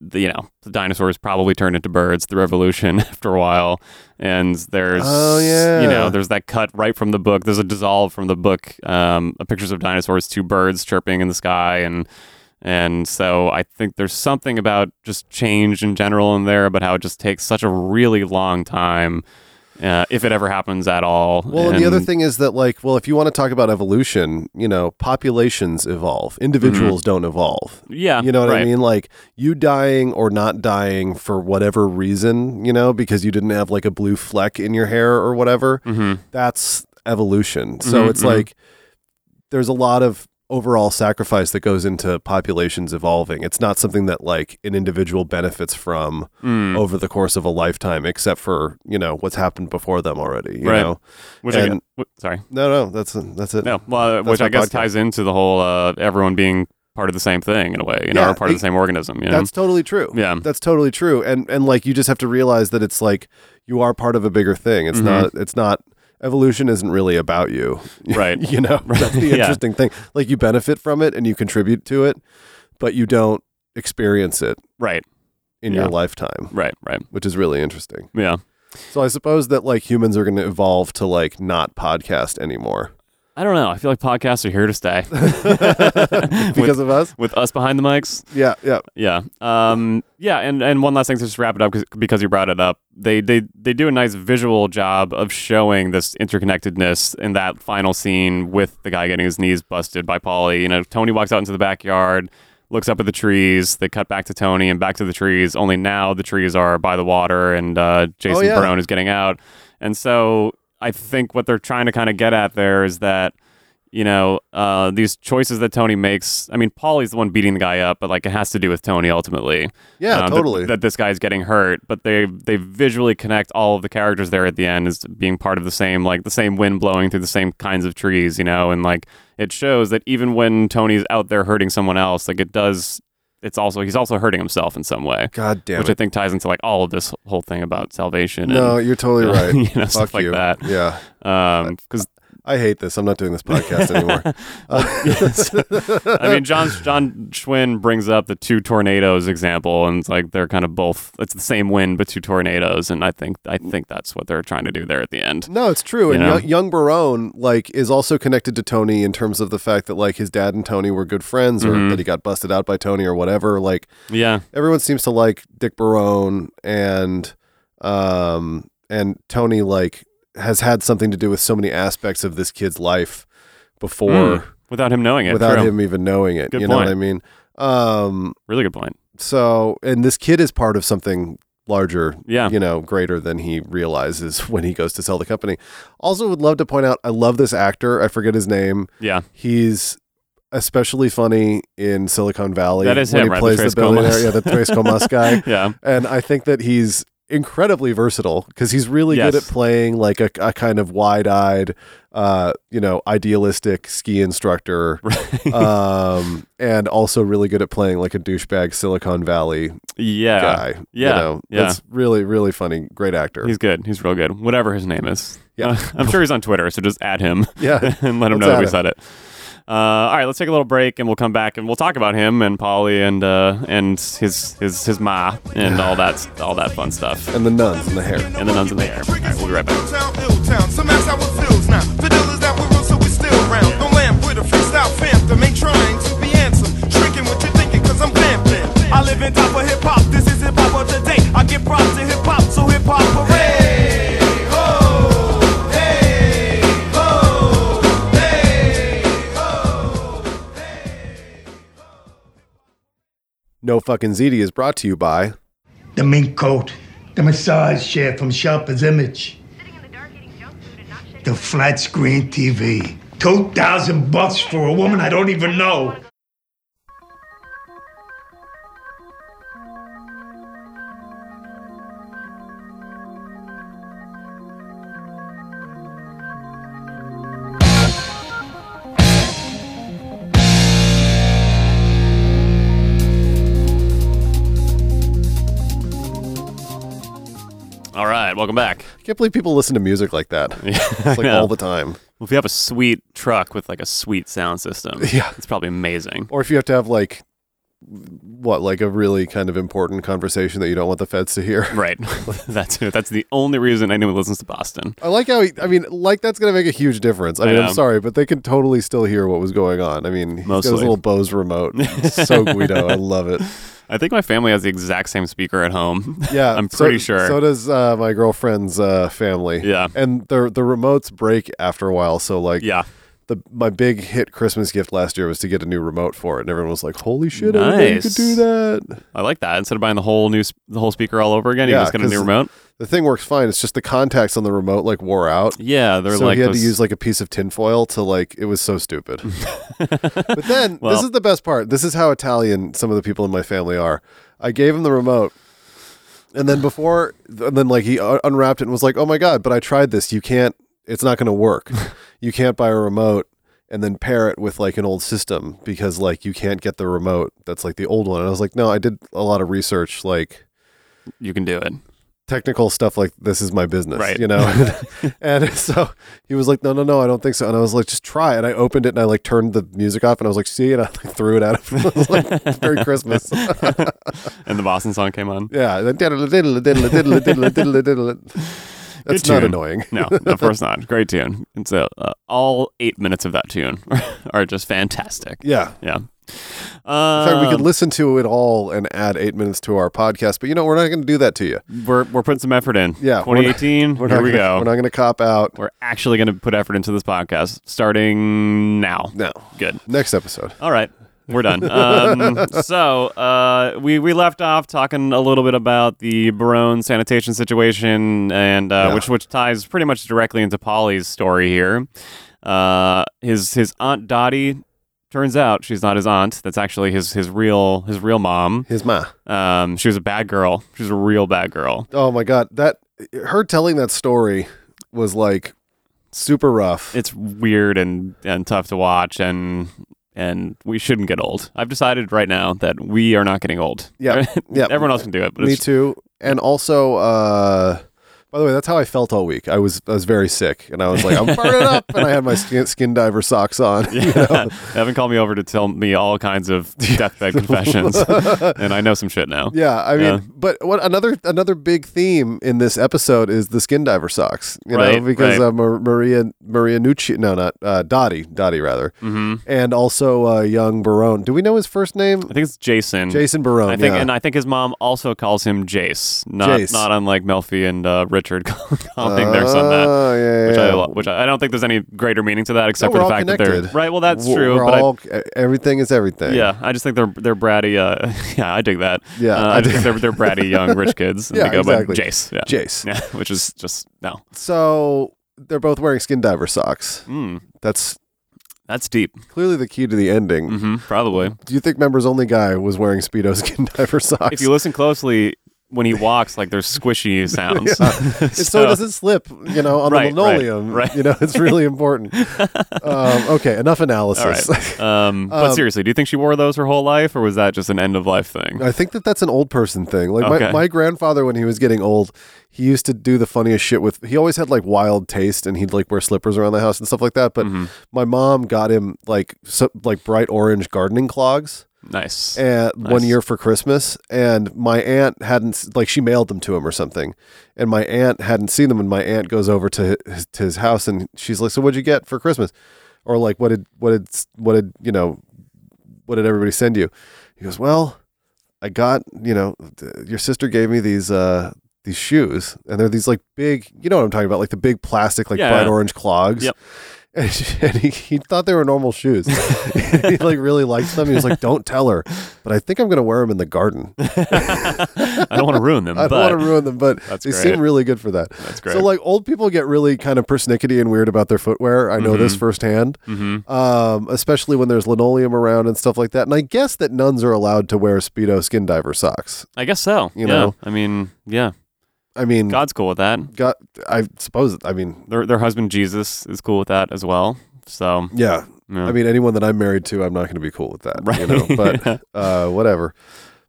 the, you know the dinosaurs probably turned into birds through evolution after a while and there's
Oh, yeah.
you know there's that cut right from the book there's a dissolve from the book um, of pictures of dinosaurs to birds chirping in the sky and and so I think there's something about just change in general in there, but how it just takes such a really long time, uh, if it ever happens at all.
Well, and, the other thing is that, like, well, if you want to talk about evolution, you know, populations evolve, individuals don't evolve.
Mm-hmm. yeah,
You know what I
right.
mean? Like, you dying or not dying for whatever reason, you know, because you didn't have like a blue fleck in your hair or
Mm-hmm,
whatever, that's evolution. So it's like there's a lot of overall sacrifice that goes into populations evolving. It's not something that like an individual benefits from
Mm-hmm. Mm.
over the course of a lifetime, except for you know what's happened before them already. You
Right.
know,
Which I, gu-
And-
wh- sorry,
no, no, that's that's it.
no, well, uh,
That's
which
my
I guess
podcast.
ties into the whole uh, everyone being part of the same thing in a way, you know,
Yeah,
or part of
it-
the same organism. You know?
That's totally true.
Yeah.
That's totally true. And and like you just have to realize that it's like you are part of a bigger thing. It's
Mm-hmm.
not it's not evolution isn't really about you.
Right.
you know. That's the
Yeah.
interesting thing. Like you benefit from it and you contribute to it, but you don't experience it
right,
in
Yeah.
your lifetime,
right, right.
which is really interesting.
Yeah,
So I suppose that like humans are going to evolve to like not podcast anymore
I don't know. I feel like podcasts are here to stay
because of us.
with us behind the mics.
Yeah, yeah.
Yeah. Um, yeah. And, and one last thing to just wrap it up 'cause- because you brought it up. They, they, they do a nice visual job of showing this interconnectedness in that final scene with the guy getting his knees busted by Polly. You know, Tony walks out into the backyard, looks up at the trees. They cut back to Tony and back to the trees, only now the trees are by the water and uh, Jason
yeah.
Perone is getting out. And so I think what they're trying to kind of get at there is that you know, uh, these choices that Tony makes. I mean, Polly's the one beating the guy up, but like it has to do with Tony ultimately.
Yeah,
Um, that-
totally.
That, this guy's getting hurt, but they they visually connect all of the characters there at the end as being part of the same like the same wind blowing through the same kinds of trees, you know, and like it shows that even when Tony's out there hurting someone else, like it does. It's also he's also hurting himself in some way,
God damn
which I
it.
think ties into like all of this whole thing about salvation.
No,
and,
you're totally right.
You know,
Fuck
stuff like
you.
that.
Yeah.
um, because
I hate this. I'm not doing this podcast anymore.
I mean, John John Schwinn brings up the two tornadoes example, and it's like they're kind of both. It's the same wind, but two tornadoes, and I think I think that's what they're trying to do there at the end.
No, it's true. and
know?
young, young Barone like is also connected to Tony in terms of the fact that like his dad and Tony were good friends, or
Mm-hmm.
that he got busted out by Tony, or whatever. Like
Yeah,
everyone seems to like Dick Barone, and um and Tony like has had something to do with so many aspects of this kid's life before
Mm, without him knowing it.
without
true.
him even knowing it.
Good
you know
point.
what I mean? Um.
really good point.
So and this kid is part of something larger
Yeah,
you know, greater than he realizes when he goes to sell the company. Also, would love to point out, I love this actor. I forget his name.
yeah,
He's especially funny in Silicon Valley.
That is
when
him,
he
right? The
plays
Tres
the billionaire,
Comas.
yeah, the Tres Comas guy.
yeah,
And I think that he's incredibly versatile because he's really good
Yes.
at playing like a, a kind of wide-eyed, uh, you know, idealistic ski instructor. um, and also really good at playing like a douchebag Silicon Valley
yeah,
guy.
yeah,
you know,
yeah.
it's really, really funny. Great actor.
He's good. He's real good. Whatever his name is.
Yeah.
Uh, I'm sure he's on Twitter, so just add him.
Yeah.
and let him
Let's
know that
add
we
him.
said it. Uh, all right, let's take a little break, and we'll come back, and we'll talk about him and Polly and uh, and his his his ma and all that all that fun stuff.
and the nuns and the hair.
And the nuns in the air. All right, we'll be right back.
Town, ill town. Some ask how it feels now. Fidelis that we real, so we still round. Don't lamp with a freestyle phantom. Ain't trying to be handsome. Shrinking what you're thinking, cause I'm vamping.
I live in top of hip hop. This is hip hop of today. I give props to hip hop, so hip hop parade.
Hey, ho, hey, ho, hey, ho.
No fucking ZD is brought to you by.
the mink coat, the massage chair from Sharper's Image, the flat screen TV. 2,000 bucks for a woman I don't even know.
All right, welcome back.
I can't believe people listen to music like that. it's like
know.
all the time.
Well, if you have a sweet truck with like a sweet sound system,
Yeah.
it's probably amazing.
Or if you have to have like what, like a really kind of important conversation that you don't want the feds to hear.
Right, that's it. That's the only reason anyone listens to Boston.
I like how he, I mean, like that's gonna make a huge difference. I mean,
I know.
I'm sorry, but they can totally still hear what was going on. I mean, he's
Mostly.
got his little Bose remote. It's so Guido, I love it.
I think my family has the exact same speaker at home.
Yeah,
I'm
so-
pretty sure.
So does uh, my girlfriend's uh, family.
Yeah.
and the the remotes break after a while. So like,
yeah,
the my big hit Christmas gift last year was to get a new remote for it, and everyone was like, "Holy shit, I didn't know you could
Nice.
do that."
I like that. Instead of buying the whole new s- the whole speaker all over again, you
Yeah,
just get a new
'cause-
remote.
The thing works fine. It's just the contacts on the remote like wore out.
Yeah, they're
so
like
he had
those-
to use like a piece of tinfoil to like it was so stupid. but then
Well-
this is the best part. This is how Italian some of the people in my family are. I gave him the remote, and then before, and then like he un- unwrapped it and was like, "Oh my god!" But I tried this. You can't. It's not going to work. you can't buy a remote and then pair it with like an old system because like you can't get the remote that's like the old one. And I was like, "No, I did a lot of research. Like
you can do it.
technical stuff like this is my business
Right.
you know and so he was like no no no i don't think so and i was like just try and i opened it and i like turned the music off and i was like see and i like, threw it at him I was like merry christmas
And the Boston song came on.
yeah and then diddle, diddle, diddle, diddle, diddle, diddle, diddle. that's
Good
not
tune.
annoying
no, of course not. Great tune. And so uh, all eight minutes of that tune are just fantastic.
yeah
Yeah. Um,
in fact, we could listen to it all and add eight minutes to our podcast, but you know we're not going to do that to you.
We're, we're putting some effort in.
Yeah, we're not-
2018.
We're
here
not
we
gonna,
go.
We're not going to cop out.
We're actually going to put effort into this podcast starting now.
No,
Good.
next episode.
All right. We're done. Um, so uh, we we left off talking a little bit about the Barone sanitation situation, and uh,
Yeah.
which which ties pretty much directly into Polly's story here. Uh, his his aunt Dottie turns out she's not his aunt. That's actually his his real his real mom.
Here's my.
Um, she was a bad girl. She was a real bad girl.
Oh my god, that her telling that story was like super rough.
it's weird and and tough to watch and and we shouldn't get old. I've decided right now that we are not getting old.
Yeah, yeah.
Everyone else can do it, but
Me
it's,
too. And also, uh, by the way, that's how I felt all week. I was I was very sick, and I was like, I'm burning up, and I had my skin, skin diver socks on. you know?
Evan called me over to tell me all kinds of deathbed confessions, and I know some shit now.
Yeah, I mean,
Yeah.
but what another another big theme in this episode is the skin diver socks, you
Right,
know, because
right.
uh, Mar- Maria Maria Nucci, no, not uh, Dottie, Dottie rather, mm-hmm. and also uh, young Barone. Do we know his first name?
I think it's Jason.
Jason Barone.
I think,
yeah.
and I think his mom also calls him Jace, not
Jace.
not unlike Melfi and uh, Richard calling their son that.
Oh, yeah,
Which,
yeah,
I,
yeah.
lo- which I I don't think there's any greater meaning to that
No,
except
we're
for the
all
fact that
connected.
they're right. Well, that's
We're-
true.
we're
but I-
all- e, everything is everything.
Yeah, I just think they're they're bratty. Uh, yeah, I dig that.
Yeah,
uh,
I
I just
dig-
think they're they're bratty young rich kids. and
Yeah,
they go
exactly.
By Jace. Yeah.
Jace.
Yeah, which is just no.
So they're both wearing skin diver socks.
Mm,
That's
that's deep.
clearly the key to the ending.
hmm probably.
Do you think members only guy was wearing speedo skin diver socks?
If you listen closely, when he walks, like there's squishy sounds.
It's so, it doesn't slip, you know, on
Right,
the linoleum.
right, right.
You know, it's really important. um, okay, enough
All
analysis.
right. Um, but
Um,
seriously, do you think she wore those her whole life, or was that just an end of life thing?
I think that that's an old person thing. Like my,
Okay.
my grandfather, when he was getting old, he used to do the funniest shit with. He always had like wild taste, and he'd like wear slippers around the house and stuff like that. But
Mm-hmm.
my mom got him like so, like bright orange gardening clogs.
nice.
and one
Nice.
year for Christmas, and my aunt hadn't like she mailed them to him or something, and my aunt hadn't seen them, and my aunt goes over to his, to his house, and she's like, "So what'd you get for Christmas?" Or like, "What did what did what did you know? What did everybody send you?" He goes, "Well, I got you know, th- your sister gave me these." uh these shoes and they're these like big you know what i'm talking about like the big plastic like
Yeah.
bright orange clogs
Yep.
and, she, and he, he thought they were normal shoes. he like really liked them. He was like, "Don't tell her," but I think I'm gonna wear them in the garden. I
I don't want to ruin them.
don't
but
want to ruin them, but
That's
they
great.
seem really good for that. That's
great.
So like old people get really kind of persnickety and weird about their footwear. I know this
Mm-hmm.
firsthand, um, especially when there's linoleum around and stuff like that. And I guess that nuns are allowed to wear speedo skin diver socks.
I guess so.
You
yeah.
know.
I mean, yeah.
I mean,
God's cool with that.
God I suppose. I mean,
Their their husband Jesus is cool with that as well. So
Yeah.
Yeah.
I mean, anyone that I'm married to, I'm not going to be cool with that. You know, but uh, whatever.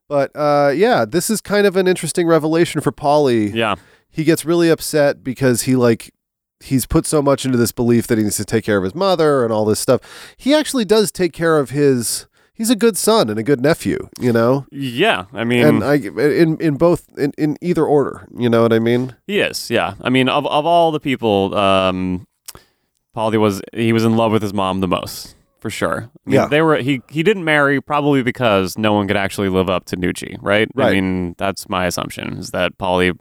But uh, yeah, this is kind of an interesting revelation for Polly.
yeah.
He gets really upset because he like he's put so much into this belief that he needs to take care of his mother and all this stuff. He actually does take care of his. He's a good son and a good nephew. You know.
Yeah, I mean,
And uh, I in in both in, in either order, you know what I mean?
he is. Yeah, I mean, of of all the people, um, Polly was he was in love with his mom the most for sure. I mean,
Yeah.
they were. He he didn't marry probably because no one could actually live up to Nucci, right? I
Right.
mean, that's my assumption is that Polly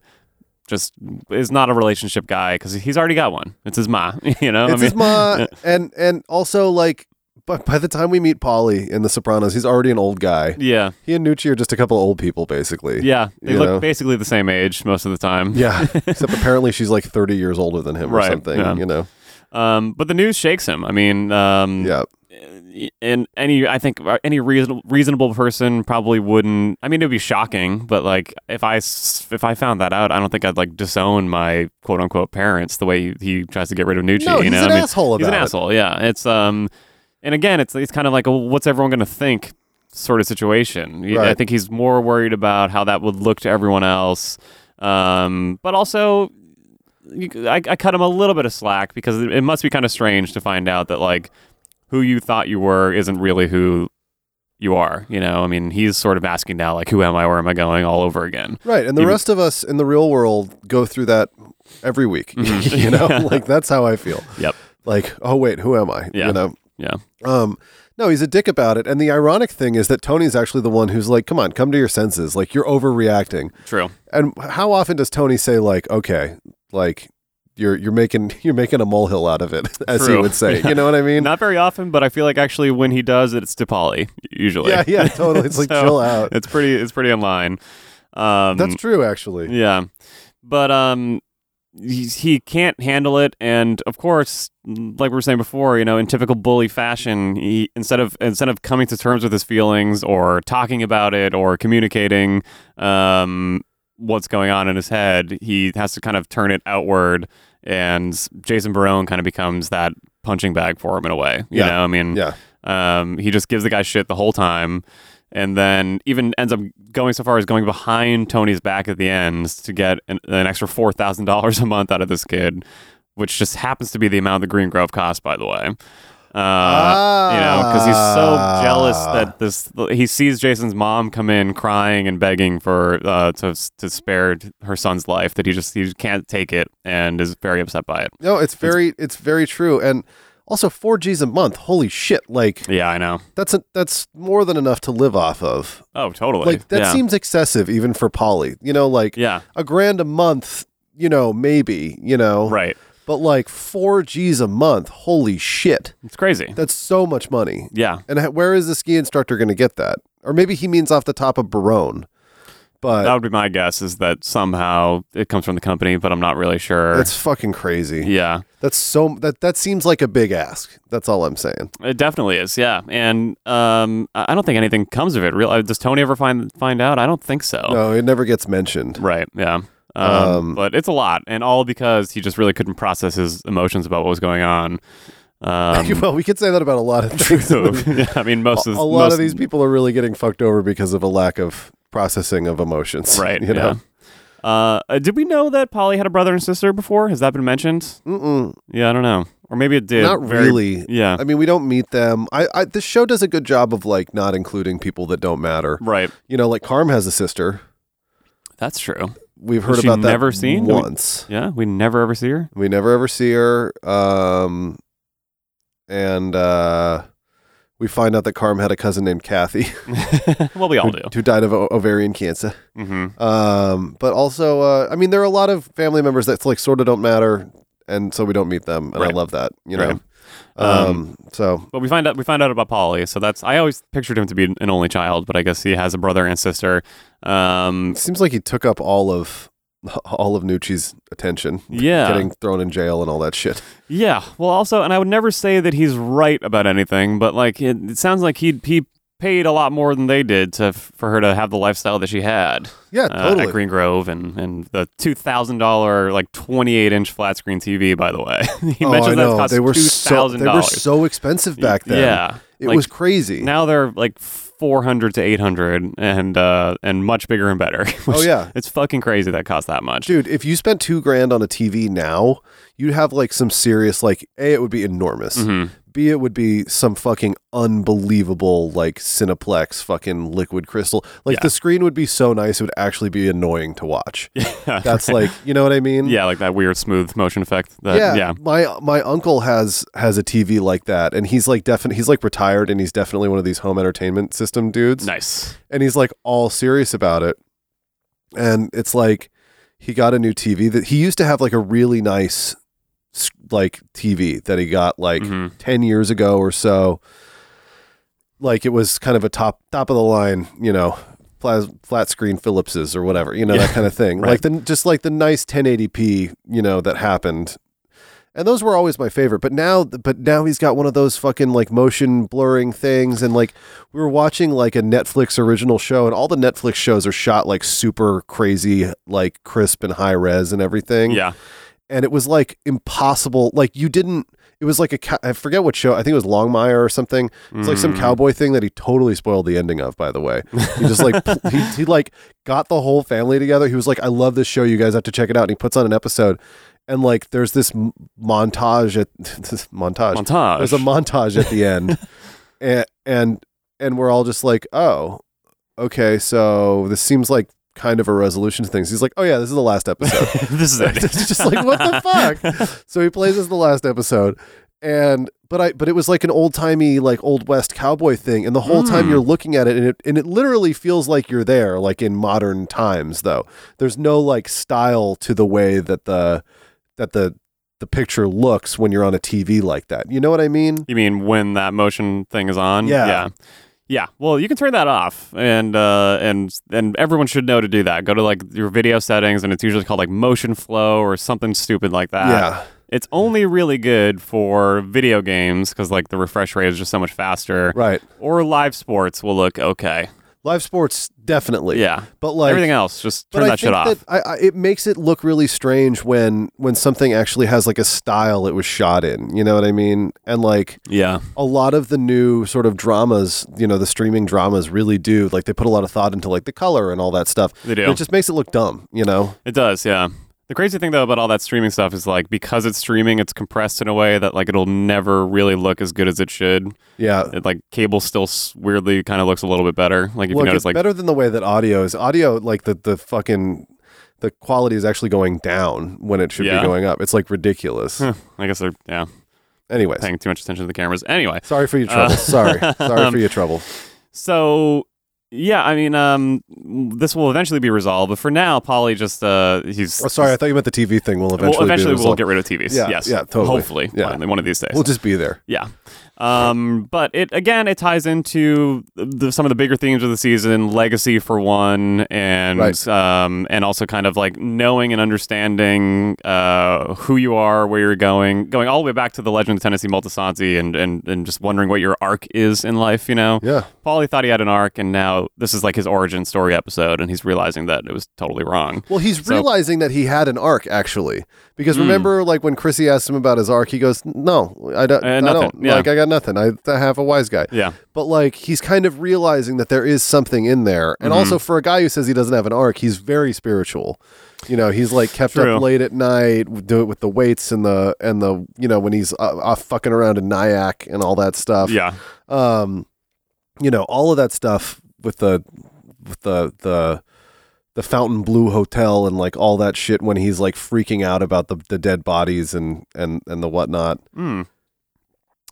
just is not a relationship guy because he's already got one. It's his ma, you know.
it's his ma, and and also like, but by the time we meet Polly in The Sopranos, he's already an old guy.
yeah,
He and Nucci are just a couple old people, basically.
yeah. They
You
look
know?
basically the same age most of the time.
Yeah, except apparently she's like 30 years older than him
Right,
or something,
yeah.
you know.
Um, but the news shakes him. I mean, um,
Yeah.
and any I think uh, any reason, reasonable person probably wouldn't. I mean, it would be shocking, but like if I s- if I found that out, I don't think I'd like disown my quote unquote parents the way he, he tries to get rid of Nucci.
No,
you
he's
know?
an
I mean,
asshole
He's an
about it.
asshole. Yeah, it's um, and again, it's it's kind of like a, what's everyone going to think sort of situation. Y- I
Right.
think he's more worried about how that would look to everyone else, um, but also you- I, I cut him a little bit of slack because it, it must be kind of strange to find out that like who you thought you were isn't really who you are. You know, I mean, he's sort of asking now like, who am I? Where am I going? All over again.
Right. And the
Even-
rest of us in the real world go through that every week. you know, like that's how I feel.
Mm-hmm. Yep.
Like, oh, wait, who am I?
Yeah.
You know?
Yeah.
Um, no, he's a dick about it. And the ironic thing is that Tony's actually the one who's like, come on, come to your senses. Like, you're overreacting.
True.
And how often does Tony say, like, okay, like, you're, you're making you're making a molehill out of it, as he
True.
would say. You know what I mean?
Not very often, but I feel like actually when he does, it's to Polly usually.
yeah, yeah, totally. It's like
So,
chill out.
It's pretty. It's pretty in line. Um,
That's true, actually.
Yeah, but um, he, he can't handle it, and of course, like we were saying before, you know, in typical bully fashion, he instead of instead of coming to terms with his feelings or talking about it or communicating, um, what's going on in his head, he has to kind of turn it outward, and Jason Barone kind of becomes that punching bag for him in a way. You
Yeah.
know, I mean,
Yeah.
um, he just gives the guy shit the whole time, and then even ends up going so far as going behind Tony's back at the end to get an, an extra four thousand dollars a month out of this kid, which just happens to be the amount the Green Grove cost, by the way. Uh, you know, because he's so
Ah.
jealous that this he sees Jason's mom come in crying and begging for uh, to to spare her son's life that he just he can't take it and is very upset by it.
No, it's very it's very true. And also four G's a month. Holy shit. Like
Yeah, I know.
that's a, that's more than enough to live off of.
Oh, totally.
Like that
yeah.
seems excessive even for Polly. You know, like
yeah,
a grand a month, you know, maybe, you know.
right.
But like four G's a month, holy shit.
It's crazy.
That's so much money.
Yeah.
And h- where is the ski instructor gonna get that? Or maybe he means off the top of Barone. But
That would be my guess is that somehow it comes from the company, but I'm not really sure.
that's fucking crazy.
yeah,
That's so that that seems like a big ask. That's all I'm saying.
it definitely is. Yeah, and um, I I don't think anything comes of it. Real? uh, Does Tony ever find find out? I don't think so.
No, it never gets mentioned.
Oh. Right. Yeah. Um,
Um,
but it's a lot, and all because he just really couldn't process his emotions about what was going on. Um,
well, we could say that about a lot of things.
so, yeah, I mean, most
a
of
lot
most-
of these people are really getting fucked over because of a lack of processing of emotions.
right?
You know?
Yeah. Uh, uh, did we know that Polly had a brother and sister before? Has that been mentioned? Mm-mm. Yeah, I don't know, or maybe it did.
Not
Very-
really.
Yeah.
I mean, we don't meet them. I, I this show does a good job of like not including people that don't matter.
right.
You know, like Carm has a sister.
That's true.
We've
Who's
heard
she
about that
never seen? Do we-
once.
Yeah, we never ever see her.
We, never ever see her. Um, and uh, we find out that Carm had a cousin named Kathy
well, we all do.
who died of o- ovarian cancer.
hmm
Um, but also, uh, I mean, there are a lot of family members that like sort of don't matter, and so we don't meet them, and I
Right.
love that, you know.
Right.
Um,
Um,
so
But we find out we find out about Polly. So that's I always pictured him to be an only child, but I guess he has a brother and sister. Um,
it seems like he took up all of all of Nucci's attention,
yeah,
getting thrown in jail and all that shit.
yeah. Well, also, and I would never say that he's right about anything, but like it, it sounds like he he paid a lot more than they did to for her to have the lifestyle that she had.
Yeah,
uh,
totally.
at Green Grove and and the two thousand dollar like twenty eight inch flat screen TV. By the way, he
oh, I
mentions that
know.
it costs
they were
two
so
thousand
they were
dollars.
so expensive back then.
Yeah,
it
like,
was crazy.
now they're like 400 to 800 and uh and much bigger and better which-
Oh, yeah.
it's fucking crazy that cost that much
Dude, if you spent two grand on a TV now, you'd have like some serious like a. It would be enormous.
Mm-hmm.
B. It would be some fucking unbelievable like Cineplex fucking liquid crystal. Like
Yeah.
the screen would be so nice, it would actually be annoying to watch. That's like you know what I mean.
yeah like that weird smooth motion effect that,
Yeah,
yeah
my my uncle has has a TV like that, and he's like definitely he's like retired, and he's definitely one of these home entertainment system dudes
nice
and he's like all serious about it and it's like he got a new TV that he used to have like a really nice s- like TV that he got like 10 years ago or so. Like it was kind of a top top of the line, you know, plas- flat screen Philips's or whatever, you know, that kind of thing. Like the just like the nice 1080p, you know, that happened. And those were always my favorite, but now, but now he's got one of those fucking like motion blurring things, and like we were watching like a Netflix original show, and all the Netflix shows are shot like super crazy, like crisp and high res and everything
Yeah.
and it was like impossible. Like you didn't. It was like a cow- I forget what show. I think it was Longmire or something. It's like some cowboy thing that he totally spoiled the ending of. By the way, he just like pl- he, he like got the whole family together. He was like, "I love this show. You guys have to check it out." And he puts on an episode, and like there's this m- montage at this montage
Montage.
There's a montage at the end, and and and we're all just like, "Oh, okay. So this seems like kind of a resolution to things." He's like, "Oh yeah, this is the last episode."
this is it.
it's just like what the fuck so he plays as the last episode and but i but it was like an old-timey like old west cowboy thing and the whole time you're looking at it and it and it literally feels like you're there like in modern times though there's no like style to the way that the that the the picture looks when you're on a tv like that you know what i mean
You mean when that motion thing is on?
Yeah.
Yeah. Yeah. Well, you can turn that off, and uh, and and everyone should know to do that. Go to like your video settings, and it's usually called like motion flow or something stupid like that.
Yeah.
It's only really good for video games because like the refresh rate is just so much faster.
right
Or live sports will look okay.
live sports definitely
Yeah.
but like
Everything else, just turn
but I
that shit
think
off.
That I, I, it makes it look really strange when when something actually has like a style it was shot in. You know what I mean? And like
yeah.
a lot of the new sort of dramas, you know, the streaming dramas really do like they put a lot of thought into like the color and all that stuff.
They do.
And it just makes it look dumb. You know?
It does, yeah. The crazy thing though about all that streaming stuff is like because it's streaming, it's compressed in a way that like it'll never really look as good as it should.
Yeah.
It, like cable still s- weirdly kind of looks a little bit better. Like if
Look,
you notice,
it's
like
better than the way that audio is. Audio, like the the fucking the quality is actually going down when it should
Yeah.
be going up. It's like ridiculous.
eh, I guess they're yeah
Anyways,
paying too much attention to the cameras. Anyway,
sorry for your
Uh,
trouble. sorry,
Um,
sorry for your trouble.
so yeah, I mean, um, this will eventually be resolved, but for now, Polly just uh, he's
Oh, sorry, I thought you meant the TV thing. will eventually
well,
be
eventually we'll
resolved.
get rid of TVs.
Yeah,
yes,
yeah, totally.
Hopefully,
Yeah.
finally, one of these days.
We'll just be there.
Yeah. Um, but it again, it ties into the, some of the bigger themes of the season, legacy for one, and
Right.
um, and also kind of like knowing and understanding uh, who you are, where you're going, going all the way back to the Legend of Tennessee Multisanti, and and and just wondering what your arc is in life. You know,
Yeah.
Paulie thought he had an arc, and now this is like his origin story episode, and he's realizing that it was totally wrong.
Well, he's
So- Hmm.
realizing that he had an arc actually, because remember, like when Chrissy asked him about his arc, he goes, "No, I don't.
Uh,
I
nothing.
don't.
Yeah.
Like I got nothing. I, I have a wise guy."
Yeah.
But like he's kind of realizing that there is something in there, and
Mm-hmm.
also for a guy who says he doesn't have an arc, he's very spiritual. You know, he's like kept
True.
up late at night, w- do it with the weights and the and the you know when he's uh, off fucking around in Nyack and all that stuff.
Yeah.
um, you know, all of that stuff with the with the the the Fountain Blue Hotel and like all that shit when he's like freaking out about the, the dead bodies and and and the whatnot.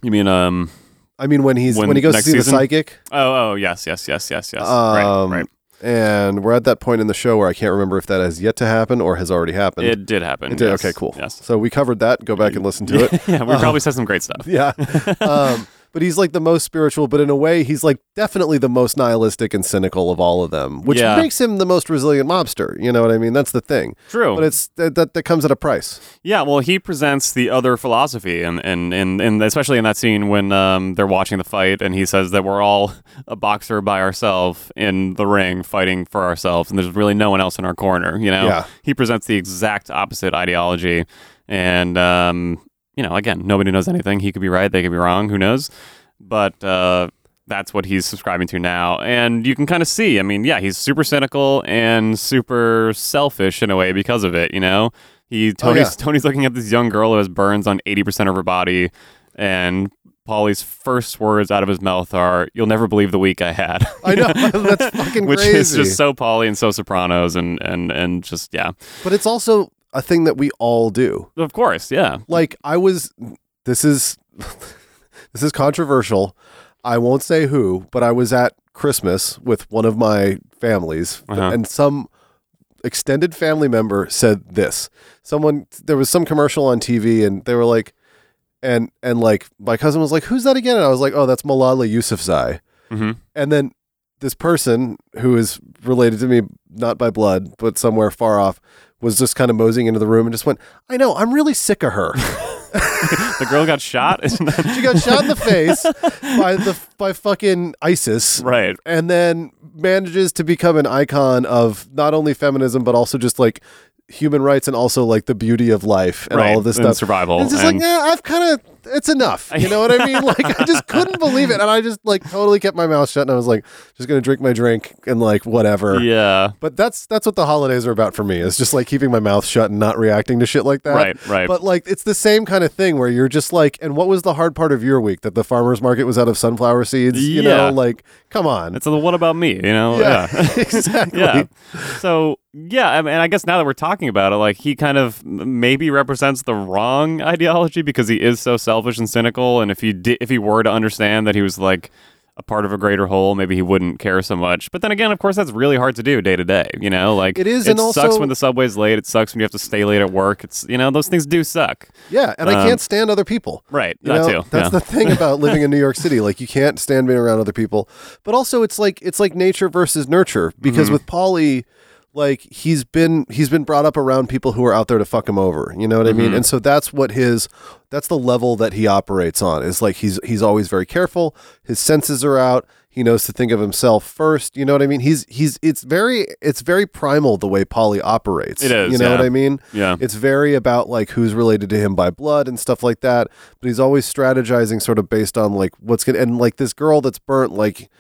You mean um?
I mean, when he's
When
when, he goes to
next
see
season?
the psychic,
Oh, oh, yes, yes, yes, yes, yes.
um,
right, right.
and we're at that point in the show where I can't remember if that has yet to happen or has already happened.
It did happen.
It did.
yes,
Okay, cool.
Yes.
So we covered that. Go back and listen to it. Uh-huh.
yeah, we probably said some great stuff.
yeah. Um, but he's like the most spiritual, but in a way, he's like definitely the most nihilistic and cynical of all of them, which
Yeah.
makes him the most resilient mobster. You know what I mean? That's the thing.
True.
But it's that, that, that comes at a price.
Yeah, well, he presents the other philosophy, and and and, and especially in that scene when um, they're watching the fight, and he says that we're all a boxer by ourselves in the ring fighting for ourselves, and there's really no one else in our corner. You know,
Yeah.
he presents the exact opposite ideology, and um, you know, again, nobody knows anything. He could be right, they could be wrong. Who knows? But uh, that's what he's subscribing to now, and you can kind of see. I mean, yeah, he's super cynical and super selfish in a way because of it. You know.
Oh,
He Tony's Tony's looking at this young girl who has burns on eighty percent of her body, and Polly's first words out of his mouth are, "You'll never believe the week I had,"
I know. That's fucking
which
crazy.
is just so Polly and so Sopranos, and and and just yeah,
but it's also a thing that we all do.
of course, yeah,
Like, I was, this is, this is controversial. I won't say who, but I was at Christmas with one of my families
Uh-huh.
and some extended family member said this. Someone there was some commercial on TV and they were like and and like my cousin was like, "Who's that again?" And I was like, "Oh, that's Malala Yousafzai."
Mhm.
And then this person who is related to me not by blood, but somewhere far off was just kind of moseying into the room and just went, "I know, I'm really sick of her."
The girl got shot.
she got shot in the face by the by fucking ISIS.
right.
and then manages to become an icon of not only feminism but also just like human rights and also like the beauty of life and
Right,
all of this
and
stuff
survival,
it's just
and-
like yeah i've kind of it's enough you know what i mean like i just couldn't believe it and i just like totally kept my mouth shut and i was like just gonna drink my drink and like whatever
Yeah.
but that's that's what the holidays are about for me. It's just like keeping my mouth shut and not reacting to shit like that.
Right, right.
But like it's the same kind of thing where you're just like, and what was the hard part of your week that the farmers market was out of sunflower seeds? You
Yeah.
know, like come on.
It's a what about me? You know.
yeah,
yeah.
exactly.
yeah. So yeah, I mean, and I guess now that we're talking about it, like he kind of m- maybe represents the wrong ideology because he is so selfish and cynical. And if he di- if he were to understand that he was like a part of a greater whole, maybe he wouldn't care so much. But then again, of course, that's really hard to do day to day. You know, like
It is,
It
and
sucks
also-
when the subway's late. It sucks when you have to stay late at work. It's you know those things do suck.
Yeah, and I
Um,
can't stand other people.
right,
You
that
know,
too,
That's
yeah.
the thing about living in New York City. Like you can't stand being around other people. But also it's like it's like nature versus nurture
Mm-hmm.
because with Polly like he's been he's been brought up around people who are out there to fuck him over, you know what I mean?
Mm-hmm.
And so that's what his that's the level that he operates on. Is like he's he's always very careful. His senses are out. He knows to think of himself first. You know what I mean? He's he's it's very it's very primal the way Polly operates.
It is,
You know
yeah.
what I mean?
Yeah.
It's very about like who's related to him by blood and stuff like that. But he's always strategizing sort of based on like what's gonna and like this girl that's burnt, like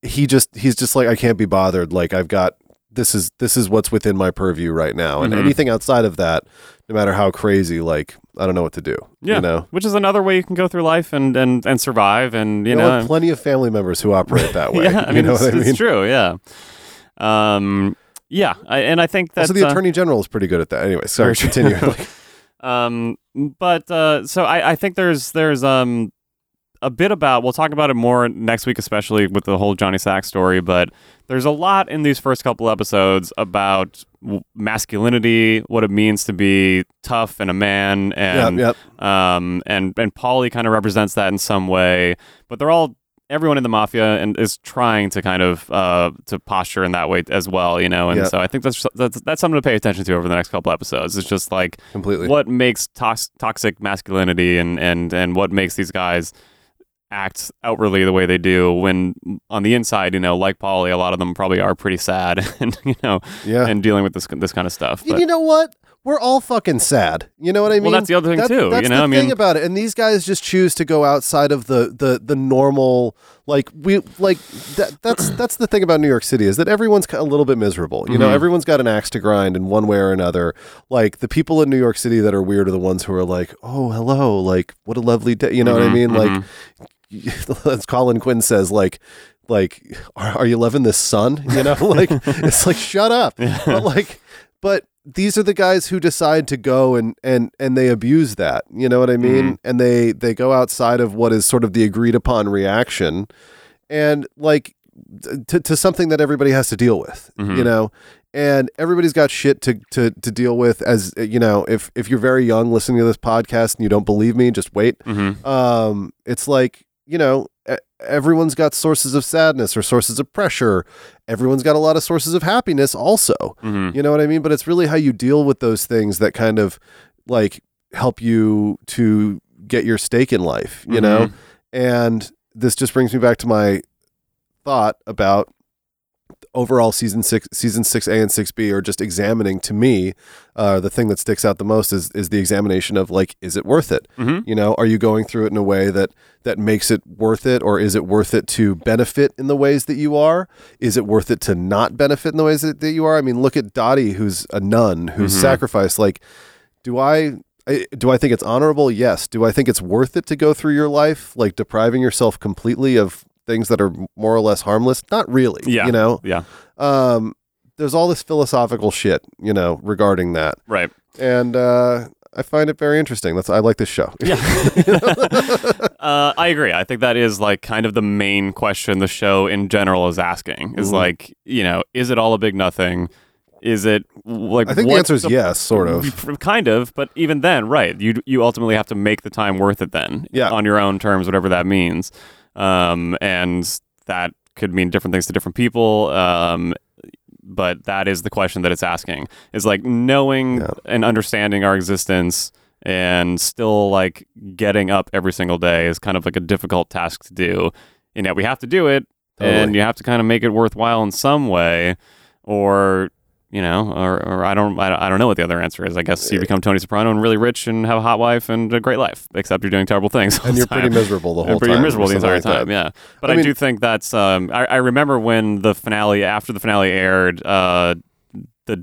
he just he's just like, I can't be bothered. Like I've got this is this is what's within my purview right now. And
Mm-hmm.
anything outside of that, no matter how crazy, like I don't know what to do.
Yeah,
You know?
which is another way you can go through life and and and survive. And you
You know, I
know,
have plenty of family members who operate that way.
yeah, I mean,
you know
it's,
what I
it's
mean?
true. Yeah. Um. Yeah, I, and I think that's
Also, the
uh,
attorney general is pretty good at that. Anyway, sorry, continue.
Um, but uh, so I, I think there's there's um a bit about we'll talk about it more next week, especially with the whole Johnny Sack story. But there's a lot in these first couple episodes about w- masculinity, what it means to be tough and a man, and
Yep,
um and and Polly kind of represents that in some way. But they're all everyone in the mafia and is trying to kind of uh to posture in that way as well, you know. And
Yep.
so I think that's, that's that's something to pay attention to over the next couple episodes. It's just like
Completely.
what makes tox- toxic masculinity and, and, and what makes these guys act outwardly the way they do when on the inside, you know, like Polly, a lot of them probably are pretty sad and, you know,
Yeah.
and dealing with this, this kind of stuff.
And
But-
you know what? We're all fucking sad. You know what I mean?
that's the other thing, too,
That's
you know?
the
I mean-
thing about it. And these guys just choose to go outside of the the the normal. Like we like that. That's that's the thing about New York City is that everyone's a little bit miserable. You know,
Mm-hmm.
everyone's got an axe to grind in one way or another. Like the people in New York City that are weird are the ones who are like, oh hello, like what a lovely day. You know
Mm-hmm,
what I mean? Like as Colin Quinn says, like, like, are, are you loving this son? You know, like, it's like, shut up. But like, but these are the guys who decide to go and and and they abuse that. You know what I mean? And they they go outside of what is sort of the agreed upon reaction, and like t- to to something that everybody has to deal with. You know. And everybody's got shit to, to, to deal with. As you know, if if you're very young listening to this podcast and you don't believe me, just wait
Mm-hmm,
um, it's like you know e- everyone's got sources of sadness or sources of pressure everyone's got a lot of sources of happiness also
mm-hmm.
you know what i mean but it's really how you deal with those things that kind of like help you to get your stake in life you know and this just brings me back to my thought about overall season six season six a and six b are just examining to me uh, the thing that sticks out the most is is the examination of like is it worth it you know are you going through it in a way that that makes it worth it or is it worth it to benefit in the ways that you are is it worth it to not benefit in the ways that, that you are i mean look at dottie who's a nun who's sacrificed like do I, I do I think it's honorable? Yes. Do I think it's worth it to go through your life like depriving yourself completely of things that are more or less harmless? Not really.
yeah.
You know,
Yeah.
um, there's all this philosophical shit, you know, regarding that,
Right.
and uh, I find it very interesting. That's I like this show. Yeah.
Uh, I agree. I think that is like kind of the main
Mm-hmm.
question the show in general is asking is like, you know, is it all a big nothing? Is it like
I think the
what's
answer is yes, sort of.
Kind of, but even then, right? You you ultimately have to make the time worth it then,
Yeah.
on your own terms, whatever that means. Um, and that could mean different things to different people. Um, but that is the question that it's asking: is like knowing
Yeah.
and understanding our existence, and still like getting up every single day is kind of like a difficult task to do. And yet we have to do it, and
Totally.
you have to kind of make it worthwhile in some way, or you know, or, or I don't, I don't- I don't know what the other answer is. I guess you become Tony Soprano and really rich and have a hot wife and a great life, except you're doing terrible things. all
And
the
you're pretty
time.
miserable the
And
whole
pretty
time or
miserable the
something
entire
like
time.
that.
Yeah, but I,
I mean-
do think that's. Um, I, I remember when the finale after the finale aired. Uh, the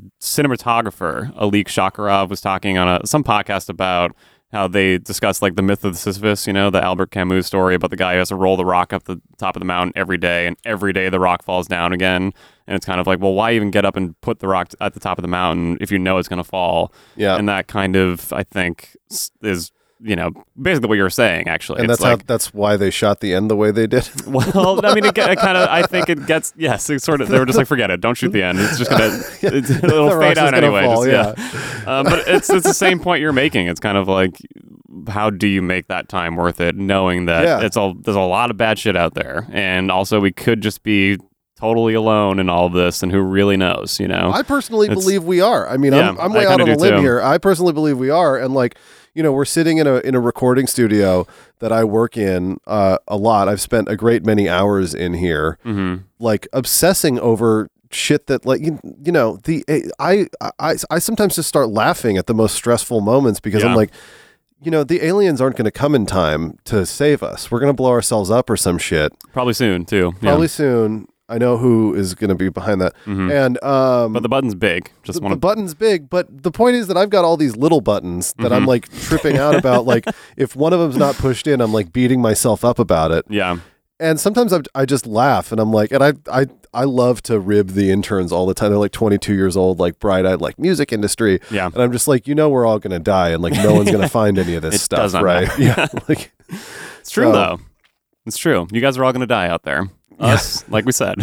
cinematographer Alik Shakarov was talking on a, some podcast about how they discussed like the myth of Sisyphus, you know, the Albert Camus story about the guy who has to roll the rock up the top of the mountain every day, and every day the rock falls down again. And it's kind of like, well, why even get up and put the rock t- at the top of the mountain if you know it's going to fall?
Yeah.
and that kind of I think s- is you know basically what you're saying actually.
And
It's
that's
like,
how that's why they shot the end the way they did.
well, I mean, it, kind of. I think it gets. Yes, it sort of. They were just like, forget it. Don't shoot the end. It's just gonna. It's, it'll
The
fade
rock's
out
just gonna
anyway.
fall,
just- yeah. um, but it's it's the same point you're making. It's kind of like, how do you make that time worth it, knowing that
Yeah.
it's all there's a lot of bad shit out there, and also we could just be totally alone in all of this, and who really knows, you know?
I personally
It's-
believe we are. I mean, I'm,
Yeah,
I'm
I
way out
kinda
on a
do
limb
too.
here. I personally believe we are, and like you know, we're sitting in a in a recording studio that I work in uh, a lot. I've spent a great many hours in here,
Mm-hmm.
like obsessing over shit that like you, you know the eh, I, I I sometimes just start laughing at the most stressful moments because
Yeah.
I'm like. You know, the aliens aren't going to come in time to save us. We're going to blow ourselves up or some shit.
Probably soon too. Yeah. Mm-hmm.
Probably soon. I know who is going to be behind that. And um,
But the button's big. Just
the,
want
the
to.
button's big, but the point is that I've got all these little buttons that
Mm-hmm.
I'm like tripping out about. Like if one of them's not pushed in, I'm like beating myself up about it.
Yeah.
And sometimes I, I just laugh and I'm like, and I, I, I love to rib the interns all the time. They're like 22 years old, like bright eyed, like music industry.
Yeah.
And I'm just like, you know, we're all going to die and like no one's going to find any of this
It
stuff.
does not
right.
matter.
Yeah. Like,
It's true
So-
though. It's true. You guys are all gonna die out there. Us, like we said.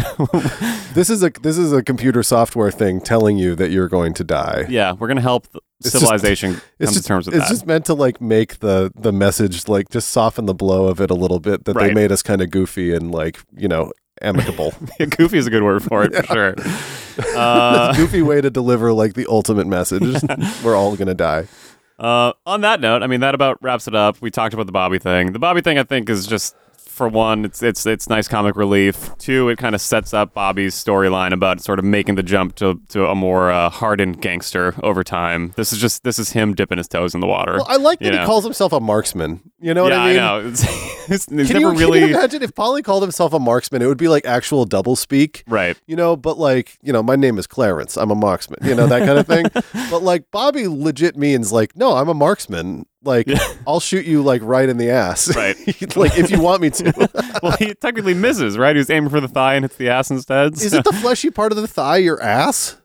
this is a, this is a computer software thing telling you that you're going to die.
Yeah, we're gonna help th-
It's just-
civilization come
It's just,
to terms with
it's
that.
just meant to like make the the message like just soften the blow of it a little bit that
Right.
they made us kind of goofy and like you know amicable.
Yeah, goofy is a good word for it for sure. Uh,
It's a goofy way to deliver like the ultimate message. We're all gonna die.
Uh, on that note, I mean that about wraps it up. We talked about the Bobby thing. The Bobby thing, I think, is just for one, it's it's it's nice comic relief. Two, it kind of sets up Bobby's storyline about sort of making the jump to to a more uh, hardened gangster over time. This is just this is him dipping his toes in the water.
Well, I like that
you
he
know?
calls himself a marksman. You know
Yeah,
what I mean?
know. It's, it's, it's
Can,
never
you,
really
can you imagine if Polly called himself a marksman? It would be like actual double speak.
right.
You know, but like, you know, my name is Clarence. I'm a marksman, you know, that kind of thing. but like, Bobby legit means like, no, I'm a marksman. Like, I'll shoot you like right in the ass.
Right.
like, if you want me to.
well, he technically misses, right? He was aiming for the thigh and hits the ass instead.
is
so-
it the fleshy part of the thigh your ass?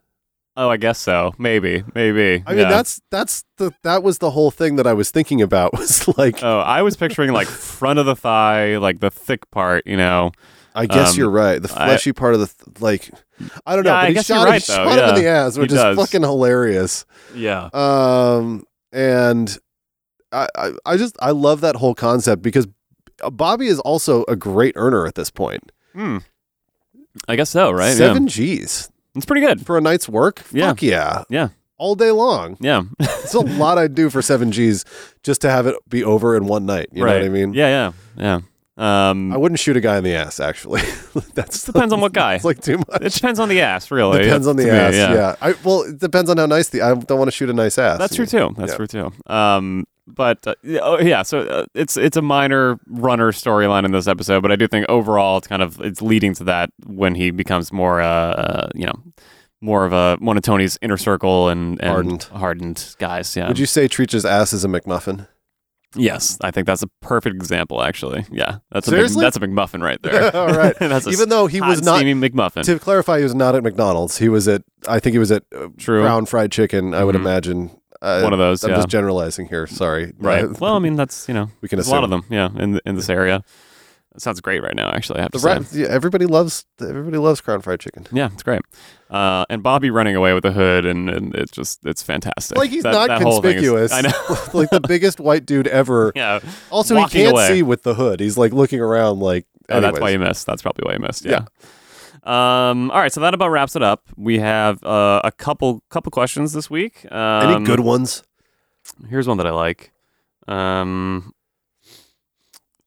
Oh, I guess so. Maybe, maybe.
I mean,
yeah.
that's, that's the, that was the whole thing that I was thinking about was like,
Oh, I was picturing like front of the thigh, like the thick part. You know.
I guess
um,
you're right. The
I-
fleshy part of the, th- like, I don't know.
Yeah, I
but he
guess
shot,
you're
him-
right,
he
though,
shot him in the
yeah.
ass, which
He
is
does.
fucking hilarious.
Yeah.
um and I, I i just i love that whole concept because bobby is also a great earner at this point
I guess so. Right.
seven
Yeah.
g's
It's pretty good.
for a night's work
Yeah.
fuck yeah
Yeah.
all day long
Yeah.
it's a lot i'd do for seven g's just to have it be over in one night you
right.
know what i mean
Yeah. Yeah. Yeah.
i
Um,
wouldn't shoot a guy in the ass actually that's
depends on what guy.
it's like too much
it depends on the ass, really.
depends on
To
the
me,
ass yeah, I, well it depends on how nice the i don't want to shoot a nice ass
That's true too. That's
Yeah.
true too. Um, but uh, yeah, oh, yeah, so uh, it's it's a minor runner storyline in this episode, but I do think overall it's kind of it's leading to that when he becomes more uh, uh you know more of a one of Tony's inner circle and, and
Hardened.
hardened guys. Yeah.
would you say Treach's ass is a mcmuffin
yes, I think that's a perfect example. Actually, yeah, that's a big,
Seriously?
that's a McMuffin right there.
All right.
that's a
Even though he
hot
was not-
steamy McMuffin.
to clarify, he was not at McDonald's. He was at, I think he was at uh,
True. Mm-hmm.
Brown Fried Chicken. I would imagine uh,
One of those,
I'm
yeah.
just generalizing here. Sorry.
Right.
Uh,
well, I mean, that's you know,
We can
there's a lot of
assume.
them. Yeah, in in this area. That sounds great right now, actually. I have
The
to
ra-
say.
yeah, everybody loves everybody loves crown fried chicken.
Yeah, it's great. Uh, and Bobby running away with a hood, and, and it's just, it's fantastic.
Like he's
That-
not
that whole thing is-
conspicuous.
I know.
like the biggest white dude ever.
yeah.
Also,
Walking
he can't
away.
see with the hood. He's like looking around, like.
Oh, that's why
anyways.
you missed. That's probably why you missed. Yeah. Um, all right, so that about wraps it up. We have uh, a couple couple questions this week. Um,
Any good ones?
Here's one that I like. Um,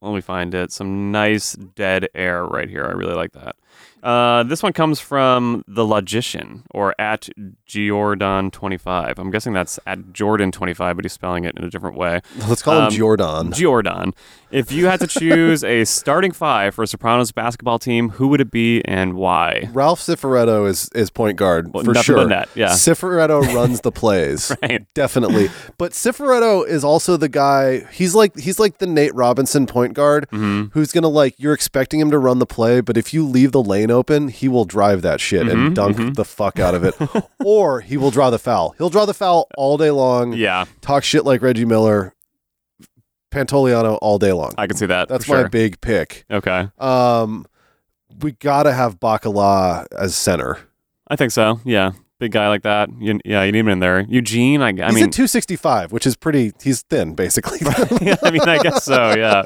let me find it. Some nice dead air right here. I really like that. Uh, this one comes from the logician or at Jordan twenty five. I'm guessing that's at Jordan twenty five, but he's spelling it in a different way.
Let's call
Um,
him Jordan.
Jordan. If you had to choose a starting five for a Sopranos basketball team, who would it be and why?
Ralph Cifaretto is is point guard
Well,
for
nothing
sure.
but net, yeah.
Cifaretto runs the plays.
Right.
Definitely. But Cifaretto is also the guy he's like he's like the Nate Robinson point guard
Mm-hmm.
who's gonna like you're expecting him to run the play, but if you leave the lane open, he will drive that shit
Mm-hmm,
and dunk the fuck out of it. or he will draw the foul. He'll draw the foul all day long.
Yeah,
Talk shit like Reggie Miller, Pantoliano all day long.
I can see that.
That's
for sure.
my big pick.
Okay,
Um we gotta have Bacala as center.
I think so. Yeah, big guy like that. You, yeah, you need him in there. Eugene, I, I
he's
mean,
at 265, which is pretty. He's thin, basically.
yeah, I mean, I guess so. Yeah.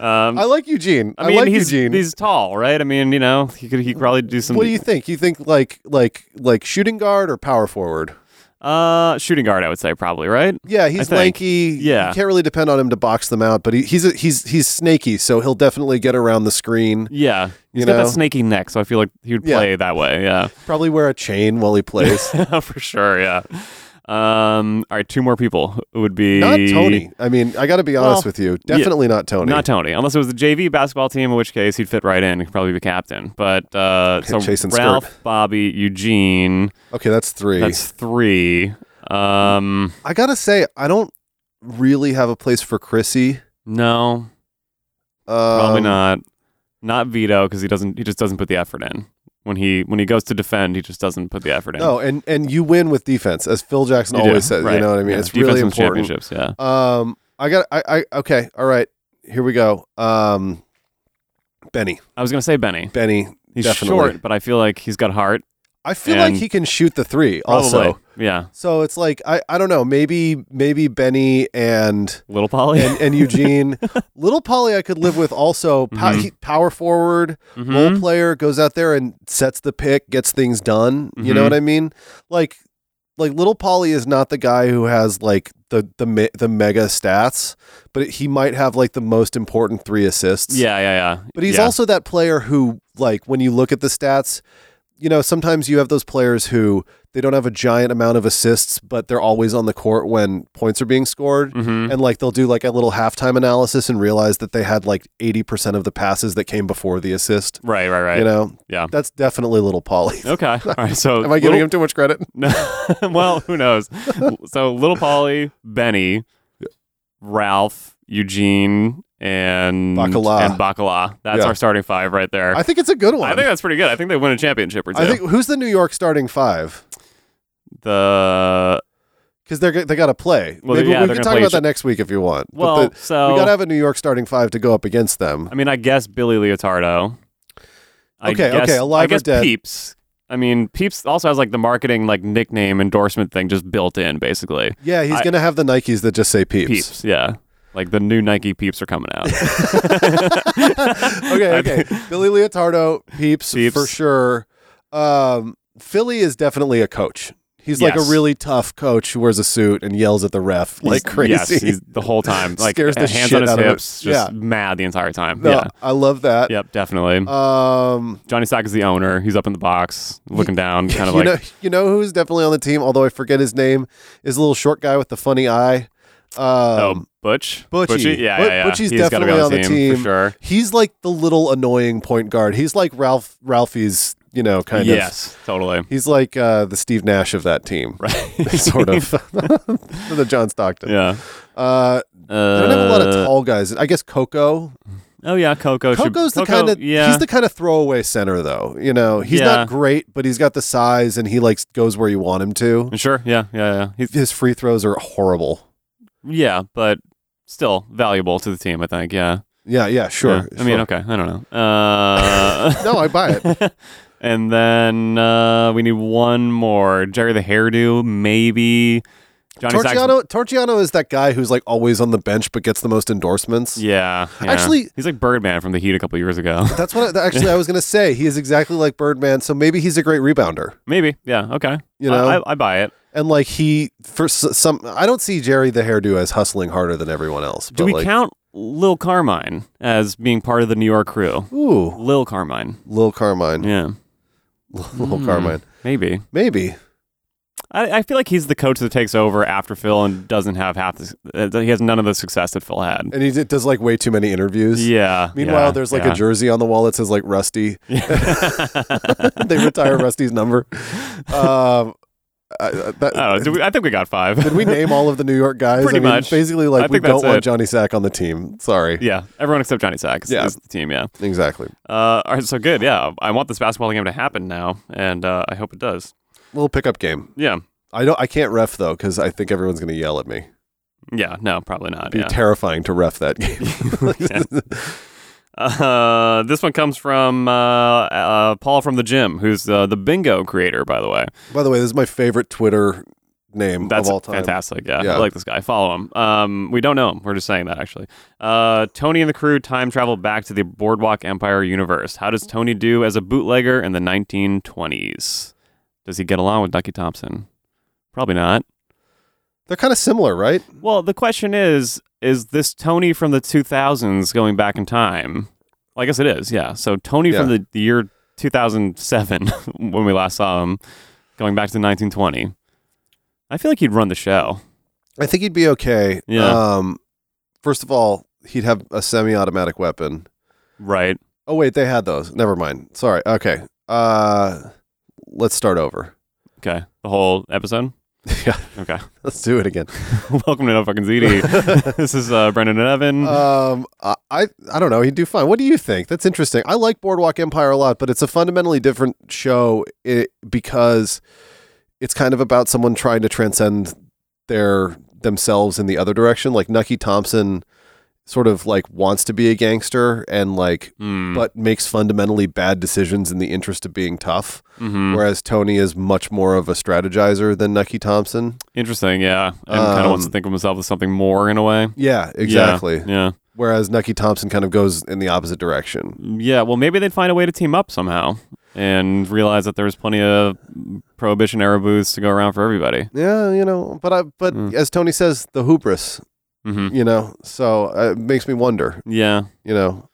Um,
I
I,
like Eugene. I,
mean,
like
he's
Eugene.
he's tall, right? I mean, you know, he could he could probably do some
what do you think? You think like like like shooting guard or power forward?
uh shooting guard. I would say probably right.
Yeah, he's
think.
lanky.
Yeah.
you can't really depend on him to box them out, but he, he's a, he's he's snaky, so he'll definitely get around the screen.
Yeah, he's
You
got
know?
that snaky neck, so I feel like he would
Yeah.
play that way. Yeah.
Probably wear a chain while he plays.
for sure, yeah. Um, all right, two more people It would be
not Tony. I mean, I got to be honest
Well,
with you. Definitely not Tony.
Not Tony, unless it was the JV basketball team, in which case he'd fit right in. He'd probably be captain. But uh, so
Chasing skirt.
Ralph, Bobby, Eugene.
okay, that's three.
That's three. Um,
I gotta say, I don't really have a place for Chrissy.
no, probably
Um,
not. Not Vito because he doesn't. He just doesn't put the effort in when he when he goes to defend. He just doesn't put the effort in.
No, and and you win with defense, as Phil Jackson
You do,
always says.
right.
You know what I mean?
Yeah,
It's
defense
really
wins
important.
Championships, yeah.
Um, I got. I, I okay. All right. Here we go. Um, Benny.
I was gonna say Benny.
Benny.
He's
definitely.
short, but I feel like he's got heart.
I feel like
and-
he can shoot the three.
Probably.
Also,
yeah.
so it's like I I don't know. Maybe maybe Benny and.
Little Polly.
And, and Eugene, little Polly, I could live with. Also, po-
Mhm.
he- power forward,
Mm-hmm.
role player goes out there and sets the pick, gets things done. You know
Mhm.
what I mean? Like, like little Polly is not the guy who has like the the me- the mega stats, but he might have like the most important three assists.
Yeah, yeah, yeah.
but he's
Yeah.
also that player who like when you look at the stats, you know, sometimes you have those players who they don't have a giant amount of assists, but they're always on the court when points are being scored.
Mhm.
And like they'll do like a little halftime analysis and realize that they had like 80% of the passes that came before the assist.
right, right, right.
You know,
yeah.
that's definitely little Polly.
Okay. All right. So
Am I giving
Lil-
him too much credit?
No. well, who knows? So little Polly, Benny, Ralph, Eugene, and
Bacala.
and Bacala. That's
Yeah.
our starting five right there.
I think it's a good one.
I think that's pretty good. I think they win a championship or two.
I think- who's the New York starting five?
the
Because they're go- they got to play.
Well,
Maybe
yeah,
we
they're
can
gonna
talk
play
about
each-
that next week if you want. But
well,
the-
so
we got to have a New York starting five to go up against them.
I mean, I guess Billy Leotardo. I
Okay,
guess,
okay, alive
I
or
guess
dead.
Peeps. I mean, Peeps also has like the marketing, like nickname endorsement thing just built in, basically.
Yeah, he's
I-
gonna have the Nikes that just say peeps.
Peeps, yeah. Like the new Nike Peeps are coming out.
Okay,
I
okay.
think-
Billy Leotardo, peeps,
Peeps.
for sure. Um, Philly is definitely a coach. He's like
Yes.
a really tough coach who wears a suit and yells at the ref like
He's-
crazy.
Yes, he's the whole time. Like
Scares the
hands
shit
on his
out of
hips,
us.
just
Yeah.
mad the entire time.
no,
yeah.
I love that.
Yep, definitely.
Um,
Johnny Sack is the owner. He's up in the box, looking down, kind of
you
like
know, you know who's definitely on the team, although I forget his name, is a little short guy with the funny eye. Um,
oh, Butch.
Butchie.
Butchie? Yeah,
But-
yeah, yeah.
Butchie's
He's gotta
definitely
be
on the team.
for sure.
He's like the little annoying point guard. He's like Ralph Ralphie's, you know, kind of.
yes, totally.
He's like uh, the Steve Nash of that team,
Right.
sort of. the John Stockton.
yeah.
Uh, they
Uh,
don't have a lot of tall guys. I guess Coco.
Oh yeah, Coco. should-
Coco's the
Coco,
kind of.
yeah.
He's the kind of throwaway center, though. You know, he's
Yeah.
not great, but he's got the size, and he like goes where you want him to.
sure. Yeah, yeah, yeah. He's
His free throws are horrible.
yeah, but still valuable to the team. I think. Yeah.
Yeah, yeah, sure.
Yeah. I mean,
sure.
okay, I don't know. Uh,
No, I buy it.
and then uh, we need one more. Jerry the hairdo, maybe. Johnny Sax-
Torchiano, Torchiano is that guy who's like always on the bench but gets the most endorsements.
Yeah, yeah.
Actually-
he's like Birdman from the Heat a couple years ago.
That's what I, actually I was gonna say. He is exactly like Birdman, so maybe he's a great rebounder.
maybe. Yeah. Okay.
You
I-
know?
I, I buy it.
And like he for s- some, I don't see Jerry the hairdo as hustling harder than everyone else.
Do
but
we
like,
count Lil Carmine as being part of the New York crew?
Ooh,
Lil Carmine.
Lil Carmine,
Yeah.
Lil Carmine,
Maybe.
maybe.
I, I feel like he's the coach that takes over after Phil and doesn't have half the. Uh, he has none of the success that Phil had.
And he d- does like way too many interviews.
Yeah.
Meanwhile,
yeah,
there's like
yeah.
a jersey on the wall that says like Rusty. they retire Rusty's number. Um, I, I- that-
I, don't know, did we, I think we got five.
did we name all of the New York guys?
Oh. Pretty
I mean,
much.
Basically,
I
like we
think
don't
that's
want
it.
Johnny Sack on the team. Sorry.
yeah, everyone except Johnny Sacks
Yeah.
is the team. Yeah.
Exactly.
Uh, all right, so good. Yeah, I want this basketball game to happen now, and uh, I hope it does.
Little pickup game.
Yeah.
I don't. I can't ref though because I think everyone's going to yell at me.
Yeah. No, probably not.
It'd be
yeah.
terrifying to ref that game.
Uh, this one comes from uh, uh, Paul from the gym, who's uh, the bingo creator, by the way.
By the way, this is my favorite Twitter name
That's
of all time.
fantastic. Yeah,
Yeah.
I like this guy. Follow him. Um, we don't know him. We're just saying that actually. Uh, Tony and the crew time travel back to the Boardwalk Empire universe. How does Tony do as a bootlegger in the 1920s? Does he get along with Ducky Thompson? Probably not.
They're kind of similar, right?
Well, the question is: Is this Tony from the 2000s going back in time? Well, I guess it is. Yeah. So Tony from
Yeah.
the, the year 2007, when we last saw him, going back to 1920. I feel like he'd run the show.
I think he'd be okay.
Yeah.
Um, first of all, he'd have a semi-automatic weapon.
Right.
Oh wait, they had those. Never mind. Sorry. Okay. Uh, let's start over.
Okay. The whole episode?
yeah.
Okay.
Let's do it again.
Welcome to No Fucking ZD. this is uh, Brendan and Evan.
Um, I I I don't know. He'd do fine. What do you think? That's interesting. I like Boardwalk Empire a lot, but it's a fundamentally different show i because it's kind of about someone trying to transcend their themselves in the other direction. Like Nucky Thompson, sort of like wants to be a gangster and like,
Hmm.
but makes fundamentally bad decisions in the interest of being tough.
Mhm.
Whereas Tony is much more of a strategizer than Nucky Thompson.
Interesting. Yeah. And kind of wants to
Um,
think of himself as something more in a way.
Yeah,
Yeah,
exactly.
Yeah.
Whereas Nucky Thompson kind of goes in the opposite direction.
yeah. Well, maybe they'd find a way to team up somehow and realize that there was plenty of Prohibition era booths to go around for everybody.
Yeah, you know, but I, but
Mm.
as Tony says, the hubris,
hmm
you know, so uh, it makes me wonder,
Yeah.
you know.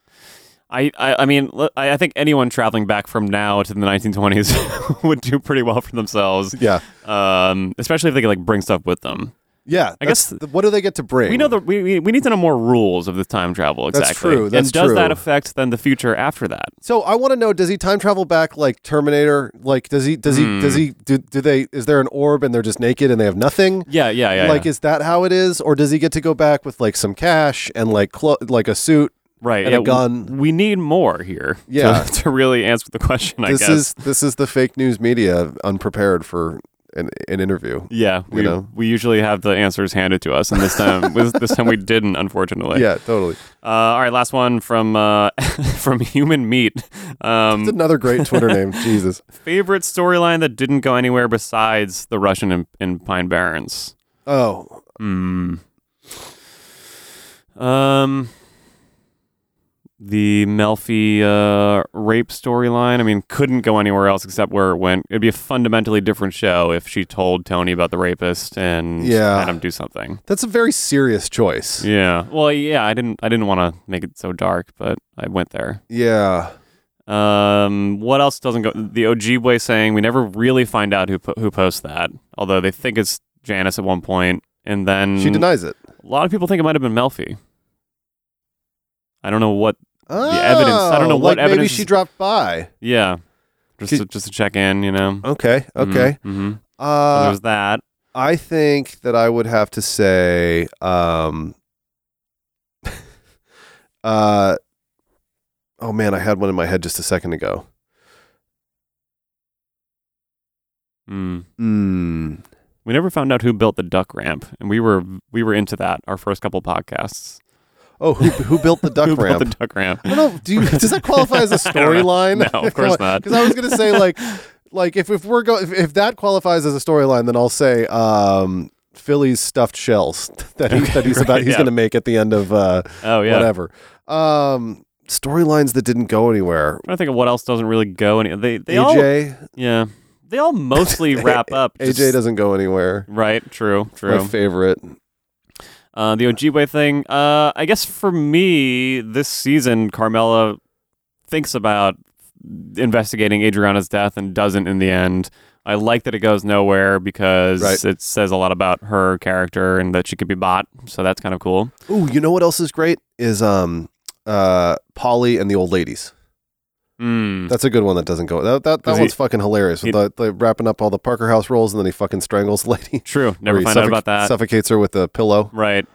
I, I, I mean, l- I, I think anyone traveling back from now to the 1920s would do pretty well for themselves.
Yeah,
Um, especially if they could like bring stuff with them.
yeah.
I
that's-
guess-
th- what do they get to bring?
We know the we, we- we need to know more rules of the time travel
That's
exactly.
true, that's
and does that
true.
affect then the future after that?
so I want to know: Does he time travel back like Terminator? Like, does he? Does
Hmm.
he? Does he? Do, do they? Is there an orb and they're just naked and they have nothing?
Yeah, yeah, yeah.
like,
yeah.
is that how it is, or does he get to go back with like some cash and like clo- like a suit?
right.
and a
yeah, w-
gun.
We need more here. to-
Yeah.
To, really answer the question, I
this
guess.
is this is the fake news media unprepared for an an interview.
yeah, we
know.
we usually have the answers handed to us, and this time this, this time we didn't, unfortunately.
Yeah, totally.
Uh, all right, last one from uh, from Human Meat.
It's
Um,
another great Twitter name. Jesus.
favorite storyline that didn't go anywhere besides the Russian in, in Pine Barrens.
Oh,
Mm. Um, the Melfi uh, rape storyline. I mean, couldn't go anywhere else except where it went. It'd be a fundamentally different show if she told Tony about the rapist and
Yeah.
had him do something.
That's a very serious choice. Yeah.
Yeah. Well, yeah. I didn't. I didn't want to make it so dark, but I went there. Um, what else doesn't go? The Ojibwe saying we never really find out who po- who posts that, although they think it's Janice at one point, and then
She denies it.
a lot of people think it might have been Melfi. I don't know what.
Oh,
evidence- I don't know what
like maybe
evidence
she
is-
dropped by.
Yeah, just to,
Could-
just to check in, you know.
Okay. Okay.
Mm-hmm.
Uh,
there's that.
I think that I would have to say um uh Oh man, I had one in my head just a second ago.
Mm.
Mm.
We never found out who built the duck ramp, and we were we were into that our first couple podcasts.
oh, who, who built the duck
Who built
ramp?
the duck ramp?
I don't know. Do you, does that qualify as a
don't know.
storyline?
No, of course not.
Because I was going to say like, like if, if we're going, if, if that qualifies as a storyline, then I'll say um, Philly's stuffed shells that, he, that he's about he's
yeah.
going to make at the end of uh,
Oh, yeah.
whatever um, storylines that didn't go anywhere.
I think of what else doesn't really go. Any they they all
AJ
yeah they all mostly wrap up.
AJ
just-
doesn't go anywhere.
Right, true,
My
true.
favorite.
Uh, the Ojibwe thing. Uh, I guess for me, this season, Carmela thinks about investigating Adriana's death and doesn't in the end. I like that it goes nowhere because
Right.
it says a lot about her character and that she could be bought. So that's kind of cool.
Ooh, you know what else is great is um uh Polly and the old ladies.
Mm.
That's a good one that doesn't go. That that, that
'Cause he-
one's fucking hilarious. With
he-
the, the wrapping up all the Parker House rolls and then he fucking strangles the lady.
True.
Or
Never
he
find out
suffoc-
about that.
Suffocates her with a pillow.
Right.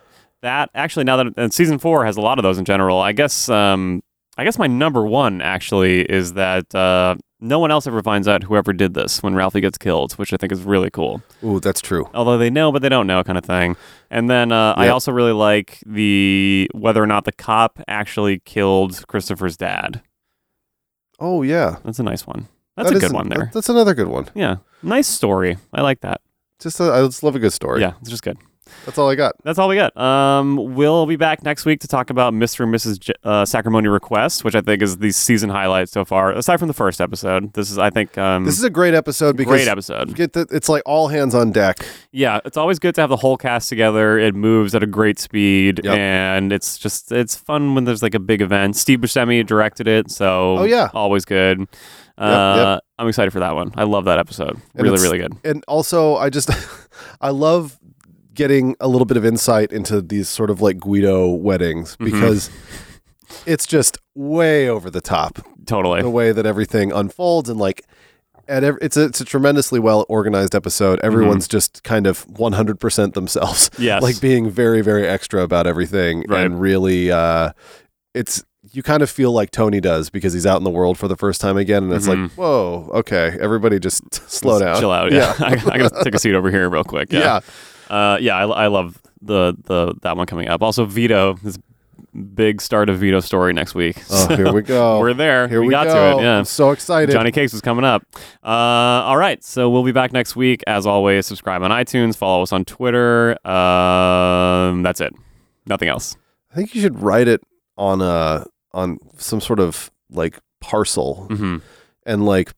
That actually now that and season four has a lot of those in general. I guess um I guess my number one actually is that uh no one else ever finds out whoever did this when Ralphie gets killed, which I think is really cool.
Ooh, that's true.
Although they know, but they don't know, kind of thing. And then uh, I
Yep.
also really like the whether or not the cop actually killed Christopher's dad.
Oh yeah,
That's a nice one. That's
That
a good
is-
one there.
that- that's another good one.
yeah, nice story. I like that.
Just uh, I just love a good story.
Yeah, it's just good.
that's all I got.
That's all we got. Um, we'll be back next week to talk about Mr. and Mrs. J- uh, Sacrimony Request, which I think is the season highlight so far, aside from the first episode. This is, I think, um,
This is a great episode because
great episode.
Get the, it's like all hands on deck.
Yeah, it's always good to have the whole cast together. It moves at a great speed,
Yep.
and it's just it's fun when there's like a big event. Steve Buscemi directed it, so
Oh, yeah.
always good. Uh, I'm excited for that one. I love that episode.
And
really,
it's-
really good.
And also, I just I love getting a little bit of insight into these sort of like Guido weddings
Mm-hmm.
because it's just way over the top
Totally.
the way that everything unfolds and like at ev- it's a, it's a tremendously well organized episode. Everyone's just kind of 100% themselves.
Mm-hmm. Yes.
Like being very very extra about everything
Right.
and really uh it's you kind of feel like Tony does because he's out in the world for the first time again and it's like, "Whoa, okay, everybody just
Mm-hmm.
slow
Just
down."
Chill out. Yeah. I, I gotta take a seat over here real quick.
Yeah.
Yeah. Uh, yeah. I, I love the the that one coming up. Also, Vito. This big start of Vito story next week.
Oh, here we go.
We're there.
Here
we,
we,
got
go.
to it. Yeah.
I'm so excited.
Johnny Cakes was coming up. Uh, all right. So we'll be back next week. As always, subscribe on iTunes, follow us on Twitter. Um, that's it. Nothing else.
I think you should write it on a on some sort of like parcel
Mhm.
and like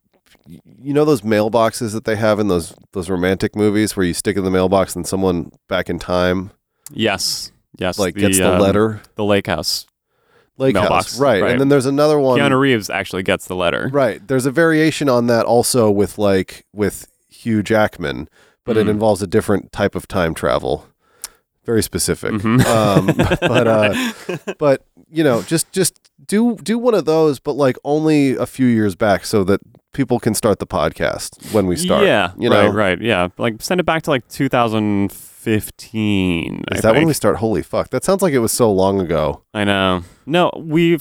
y- you know those mailboxes that they have in those those romantic movies where you stick in the mailbox and someone back in time
Yes. Yes.
like gets the
um,
letter
The Lake House.
lake
mailbox,
house right.
right.
and then there's another one
Keanu Reeves actually gets the letter.
right there's a variation on that also with like with Hugh Jackman but
Mm-hmm.
it involves a different type of time travel very specific
Mm-hmm.
um, but uh, but you know just just do do one of those but like only a few years back so that people can start the podcast when we start
Yeah.
you know
right. Right. Yeah. Like send it back to like 2015.
Is
I
that when
think.
we start? Holy fuck. That sounds like it was so long ago.
I know. No, we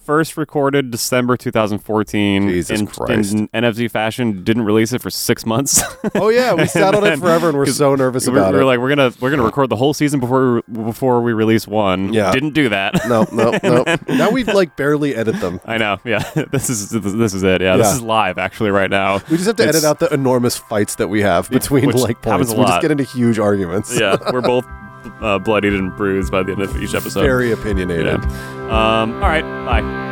first recorded December 2014
Jesus
in,
Christ.
in NFZ fashion. Didn't release it for six months.
Oh yeah, we sat on it forever and we're so nervous
we
about
were
it.
like, we're gonna we're gonna record the whole season before we, before we release one.
Yeah.
didn't do that.
no, no, no. now we like barely edit them.
I know. Yeah, this is this is it. Yeah, this
Yeah.
is live actually right now.
We just have to
It's-
edit out the enormous fights that we have between
which
like
happens
points.
a
We just
lot.
get into huge arguments.
yeah, we're both uh, bloodied and bruised by the end of each episode.
Very opinionated.
yeah. Um. All right. Bye.